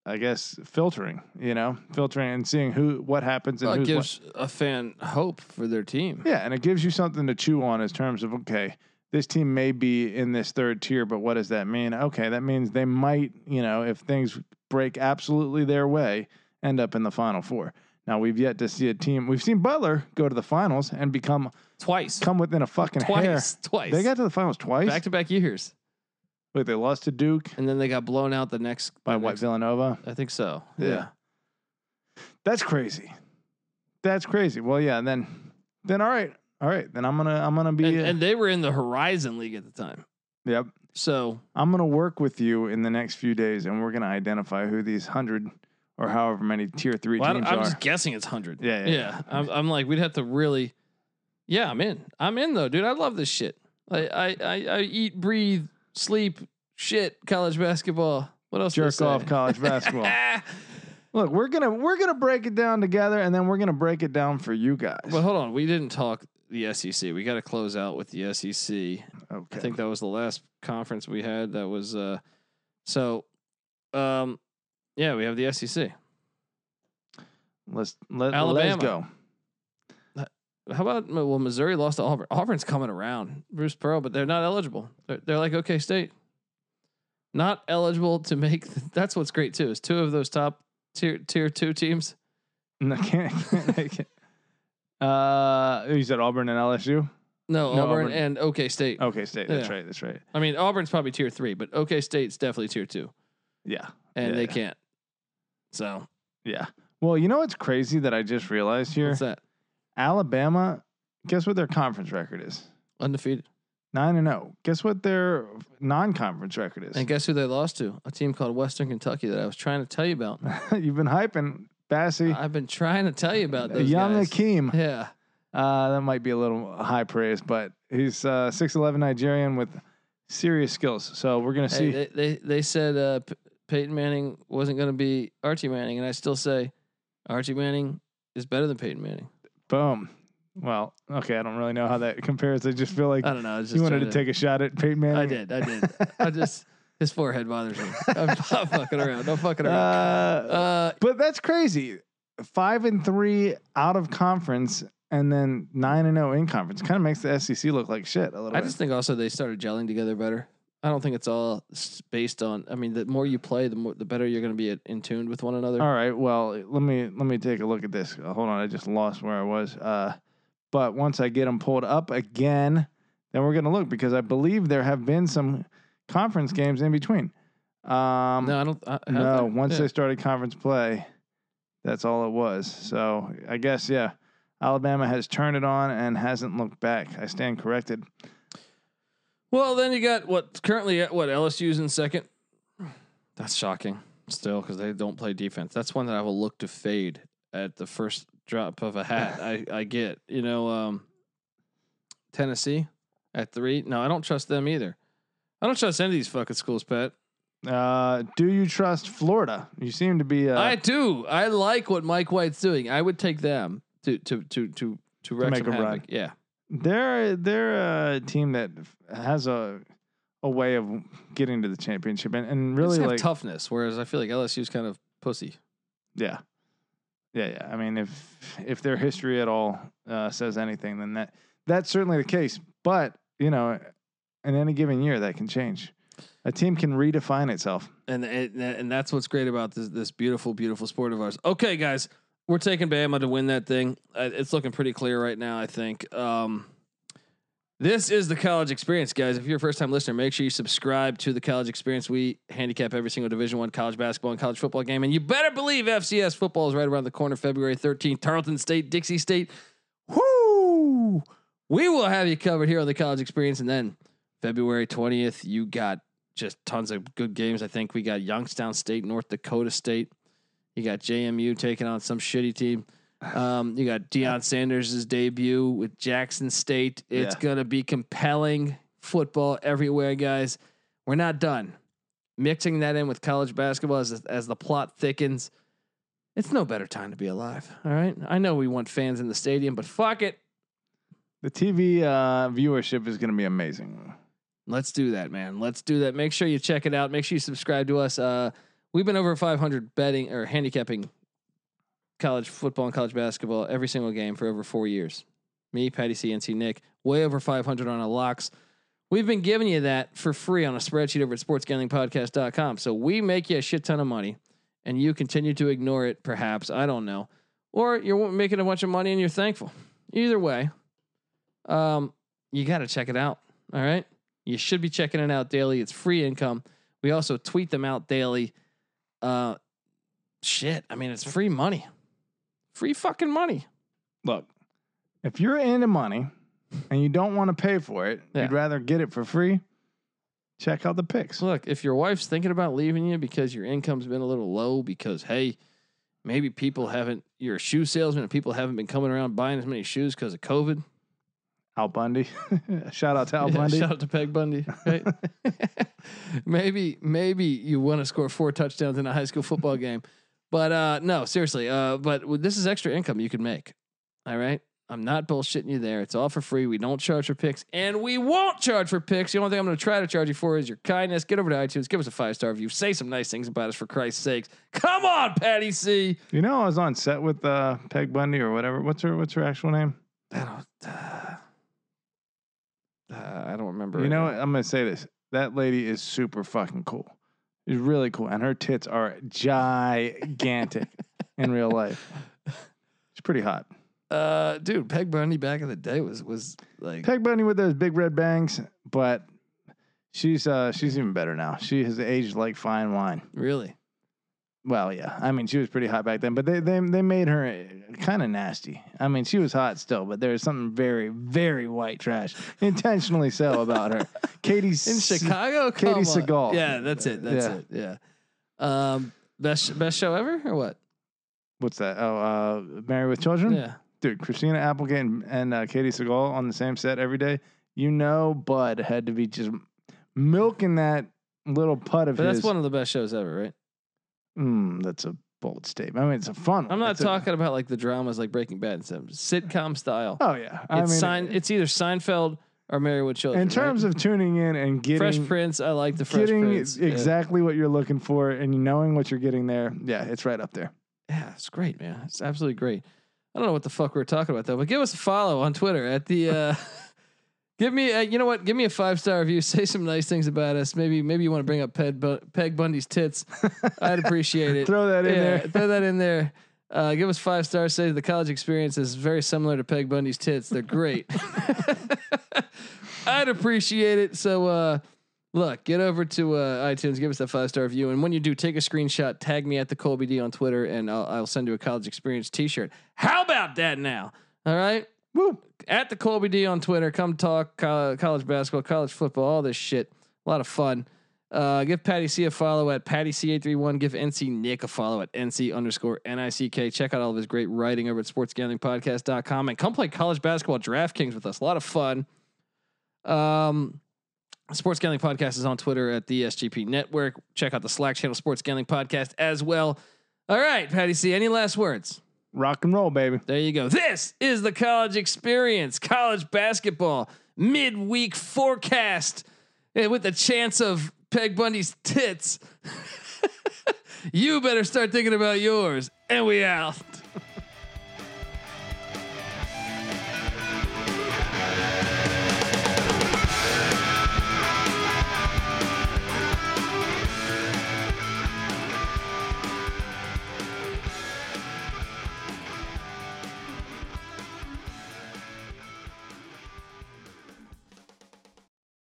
B: i guess filtering you know filtering and seeing who what happens and
A: well, it
B: who's what.
A: gives a fan hope for their team.
B: yeah and it gives you something to chew on in terms of okay this team may be in this third tier but what does that mean okay that means they might you know if things break absolutely their way end up in the final four now we've yet to see a team we've seen butler go to the finals and become
A: Twice,
B: come within a fucking hair
A: twice, twice.
B: they got to the finals twice
A: back to back years,
B: Look, they lost to Duke
A: and then they got blown out the next
B: by
A: the
B: what
A: next-
B: Villanova.
A: I think so.
B: that's crazy. That's crazy. Well, yeah. And then, then all right, all right. Then I'm gonna, I'm gonna be,
A: and, and they were in the Horizon League at the time.
B: yep.
A: So
B: I'm gonna work with you in the next few days, and we're gonna identify who these hundred or however many tier three
A: well, I don't-
B: teams
A: I'm
B: are.
A: just guessing it's hundred.
B: Yeah, yeah,
A: yeah.
B: yeah.
A: I'm, I'm like, we'd have to really. Yeah, I'm in. I'm in though, dude. I love this shit. I I I, I eat, breathe, sleep, shit, college basketball. What else? do they
B: Jerk off
A: say?
B: college basketball. Look, we're gonna, we're gonna break it down together, and then we're gonna break it down for you guys.
A: but hold on, we didn't talk the SEC. We got to close out with the E SEC.
B: okay.
A: I think that was the last conference we had. That was uh, so, um, yeah, we have the E SEC.
B: let's let
A: Alabama.
B: let's go.
A: How about well, Missouri lost to Auburn. Auburn's coming around, Bruce Pearl, but they're not eligible. They're, they're like OK State, not eligible to make. that's what's great too is two of those top tier tier two teams.
B: No, can't, can't, can't. Uh, you said Auburn and LSU.
A: No,
B: No,
A: Auburn,
B: Auburn. Oh.
A: and OK State.
B: Okay, state. That's
A: Yeah.
B: right. That's right.
A: I mean, Auburn's probably tier three, but OK State's definitely tier two,
B: Yeah.
A: and
B: Yeah.
A: they can't. So
B: Yeah. Well, you know what's crazy that I just realized here?
A: what's that?
B: Alabama Guess what their conference record is?
A: Undefeated.
B: Nine and zero. Guess what their non-conference record is?
A: And guess who they lost to? A team called Western Kentucky that I was trying to tell you about.
B: You've been hyping Bassie,
A: I've been trying to tell you about those
B: young
A: guys.
B: Akeem.
A: Yeah.
B: Uh, that might be a little high praise, but he's uh, 6'11 Nigerian with serious skills. So we're going to
A: Hey,
B: see.
A: they, they they said uh, P- Peyton Manning wasn't going to be Archie Manning, and I still say Archie Manning is better than Peyton Manning.
B: Boom. Well, okay. I don't really know how that compares. I just feel like
A: I don't know. I was just
B: you wanted to
A: trying
B: take a shot at Peyton Manning.
A: I did. I did. I just his forehead bothers me. I'm not fucking around. I'm fucking around.
B: Uh,
A: Uh,
B: but that's crazy. Five and three out of conference, and then nine and zero in conference. Kind of makes the SEC look like shit a little
A: I
B: bit.
A: just think also they started gelling together better. I don't think it's all s- based on. I mean, the more you play, the more the better you're going to be at, in tune with one another.
B: All right. Well, let me let me take a look at this. Uh, Hold on, I just lost where I was. Uh, but once I get them pulled up again, then we're gonna look because I believe there have been some conference games in between. Um,
A: no, I don't. I, I-
B: no, once
A: yeah.
B: they started conference play, that's all it was. So I guess yeah, Alabama has turned it on and hasn't looked back. I stand corrected.
A: Well, then you got what currently at what LSU's in second. That's shocking still because they don't play defense. That's one that I will look to fade at the first drop of a hat. I, I get you know um, Tennessee at three. No, I don't trust them either. I don't trust any of these fucking schools, Pat.
B: Uh, do you trust Florida? You seem to be uh,
A: I do. I like what Mike White's doing. I would take them to to to to to, wreck
B: make
A: some
B: a run.
A: havoc. Yeah.
B: They're they're a team that has a a way of getting to the championship and, and
A: Really
B: really
A: have
B: like
A: toughness, whereas I feel like LSU's kind of pussy.
B: yeah yeah yeah. I mean if if their history at all uh, says anything, then that that's certainly the case. But you know, in any given year, that can change. A team can redefine itself.
A: and and and that's what's great about this this beautiful beautiful sport of ours. Okay, guys, we're taking Bama to win that thing. Uh, It's looking pretty clear right now. I think. Um, this is the college experience, guys. If you're a first time listener, make sure you subscribe to the college experience. We handicap every single Division One college basketball and college football game, and you better believe FCS football is right around the corner. February 13th, Tarleton State, Dixie State. Whoo! We will have you covered here on the college experience, and then February 20th, you got just tons of good games. I think we got Youngstown State, North Dakota State. You got JMU taking on some shitty team. Um, you got Deion Sanders' debut with Jackson State. It's
B: Yeah.
A: gonna be compelling football everywhere, guys. We're not done. Mixing that in with college basketball as as the plot thickens, it's no better time to be alive. All right. I know we want fans in the stadium, but fuck it.
B: The TV uh, viewership is going to be amazing.
A: Let's do that, man. Let's do that. Make sure you check it out. Make sure you subscribe to us. Uh, we've been over 500 betting or handicapping college football and college basketball every single game for over four years. Me, Patty CNC, Nick, way over 500 on our locks. We've been giving you that for free on a spreadsheet over at sportsgamblingpodcast.com. So we make you a shit ton of money and you continue to ignore it, perhaps. I don't know. Or you're making a bunch of money and you're thankful. Either way, um, you got to check it out. All right. You should be checking it out daily. It's free income. We also tweet them out daily. Uh, shit. I mean, it's free money. Free fucking money.
B: Look, if you're into money and you don't want to pay for it,
A: Yeah.
B: you'd rather get it for free. Check out the picks.
A: Look, if your wife's thinking about leaving you because your income's been a little low, because hey, maybe people haven't, you're a shoe salesman and people haven't been coming around buying as many shoes because of COVID.
B: Al Bundy. Shout out to Al
A: Yeah,
B: Bundy.
A: Shout out to Peg Bundy. Right? maybe, maybe you want to score four touchdowns in a high school football game, but uh, no, seriously. Uh, but w- this is extra income you can make. All right, I'm not bullshitting you there. It's all for free. We don't charge for picks, and we won't charge for picks. The only thing I'm going to try to charge you for is your kindness. Get over to iTunes, give us a five star review, say some nice things about us for Christ's sakes. Come on, Patty C.
B: You know, I was on set with uh, Peg Bundy or whatever. What's her What's her actual name?
A: I don't. Uh, uh, I don't remember.
B: You
A: her
B: know,
A: name.
B: what? I'm gonna say this. That lady is super fucking cool. She's really cool, and her tits are gigantic in real life. She's pretty hot.
A: Uh, dude, Peg Bundy back in the day was was like
B: Peg Bundy with those big red bangs, but she's uh, she's even better now. She has aged like fine wine.
A: really.
B: Well, yeah. I mean, she was pretty hot back then, but they they they made her kind of nasty. I mean, she was hot still, but there was something very very white trash intentionally so about her. Katie
A: in
B: S-
A: Chicago.
B: Katie
A: Come on.
B: Sagal.
A: Yeah, that's it. That's
B: Yeah.
A: it. Yeah. Um, best best show ever or what?
B: What's that? Oh, uh, Married with Children.
A: Yeah.
B: Dude, Christina Applegate and, and uh, Katie Sagal on the same set every day. You know, Bud had to be just milking that little putt of
A: But
B: his.
A: that's one of the best shows ever, right?
B: Mm, that's a bold statement. I mean, it's a fun. one.
A: I'm not
B: It's a-
A: talking about like the dramas like Breaking Bad and stuff. Sitcom style.
B: oh yeah, I
A: it's
B: mean,
A: Sein- it's either Seinfeld or Married with Children.
B: in
A: right?
B: terms of tuning in and getting
A: Fresh Prince, I like the Fresh
B: getting
A: Prince. Yeah.
B: exactly what you're looking for and knowing what you're getting there. Yeah, it's right up there.
A: Yeah, it's great, man. It's absolutely great. I don't know what the fuck we're talking about though, but give us a follow on Twitter at the. Uh, give me, uh, you know what? Give me a five star review. Say some nice things about us. Maybe, maybe you want to bring up Peg, Bu- Peg Bundy's tits. I'd appreciate it.
B: Throw that in
A: Yeah,
B: there.
A: throw that in there. Uh, give us five stars. Say the college experience is very similar to Peg Bundy's tits. They're great. I'd appreciate it. So, uh, look, get over to uh, iTunes, give us that five star review, and when you do, take a screenshot, tag me at the Colby D on Twitter, and I'll, I'll send you a college experience T-shirt. How about that now? All right,
B: Woo!
A: at the Colby D on Twitter. Come talk co- college basketball, college football, all this shit. A lot of fun. Uh, give Patty C a follow at Patty C831. Give NC Nick a follow at NC underscore NICK. Check out all of his great writing over at sportsgamblingpodcast.com and come play college basketball DraftKings with us. A lot of fun. Um, Sports Gambling Podcast is on Twitter at the SGP Network. Check out the Slack channel Sports Gambling Podcast as well. All right, Patty C, any last words?
B: Rock and roll, baby.
A: There you go. This is the college experience, college basketball midweek forecast eh, with the chance of Peg Bundy's tits. you better start thinking about yours. And we out.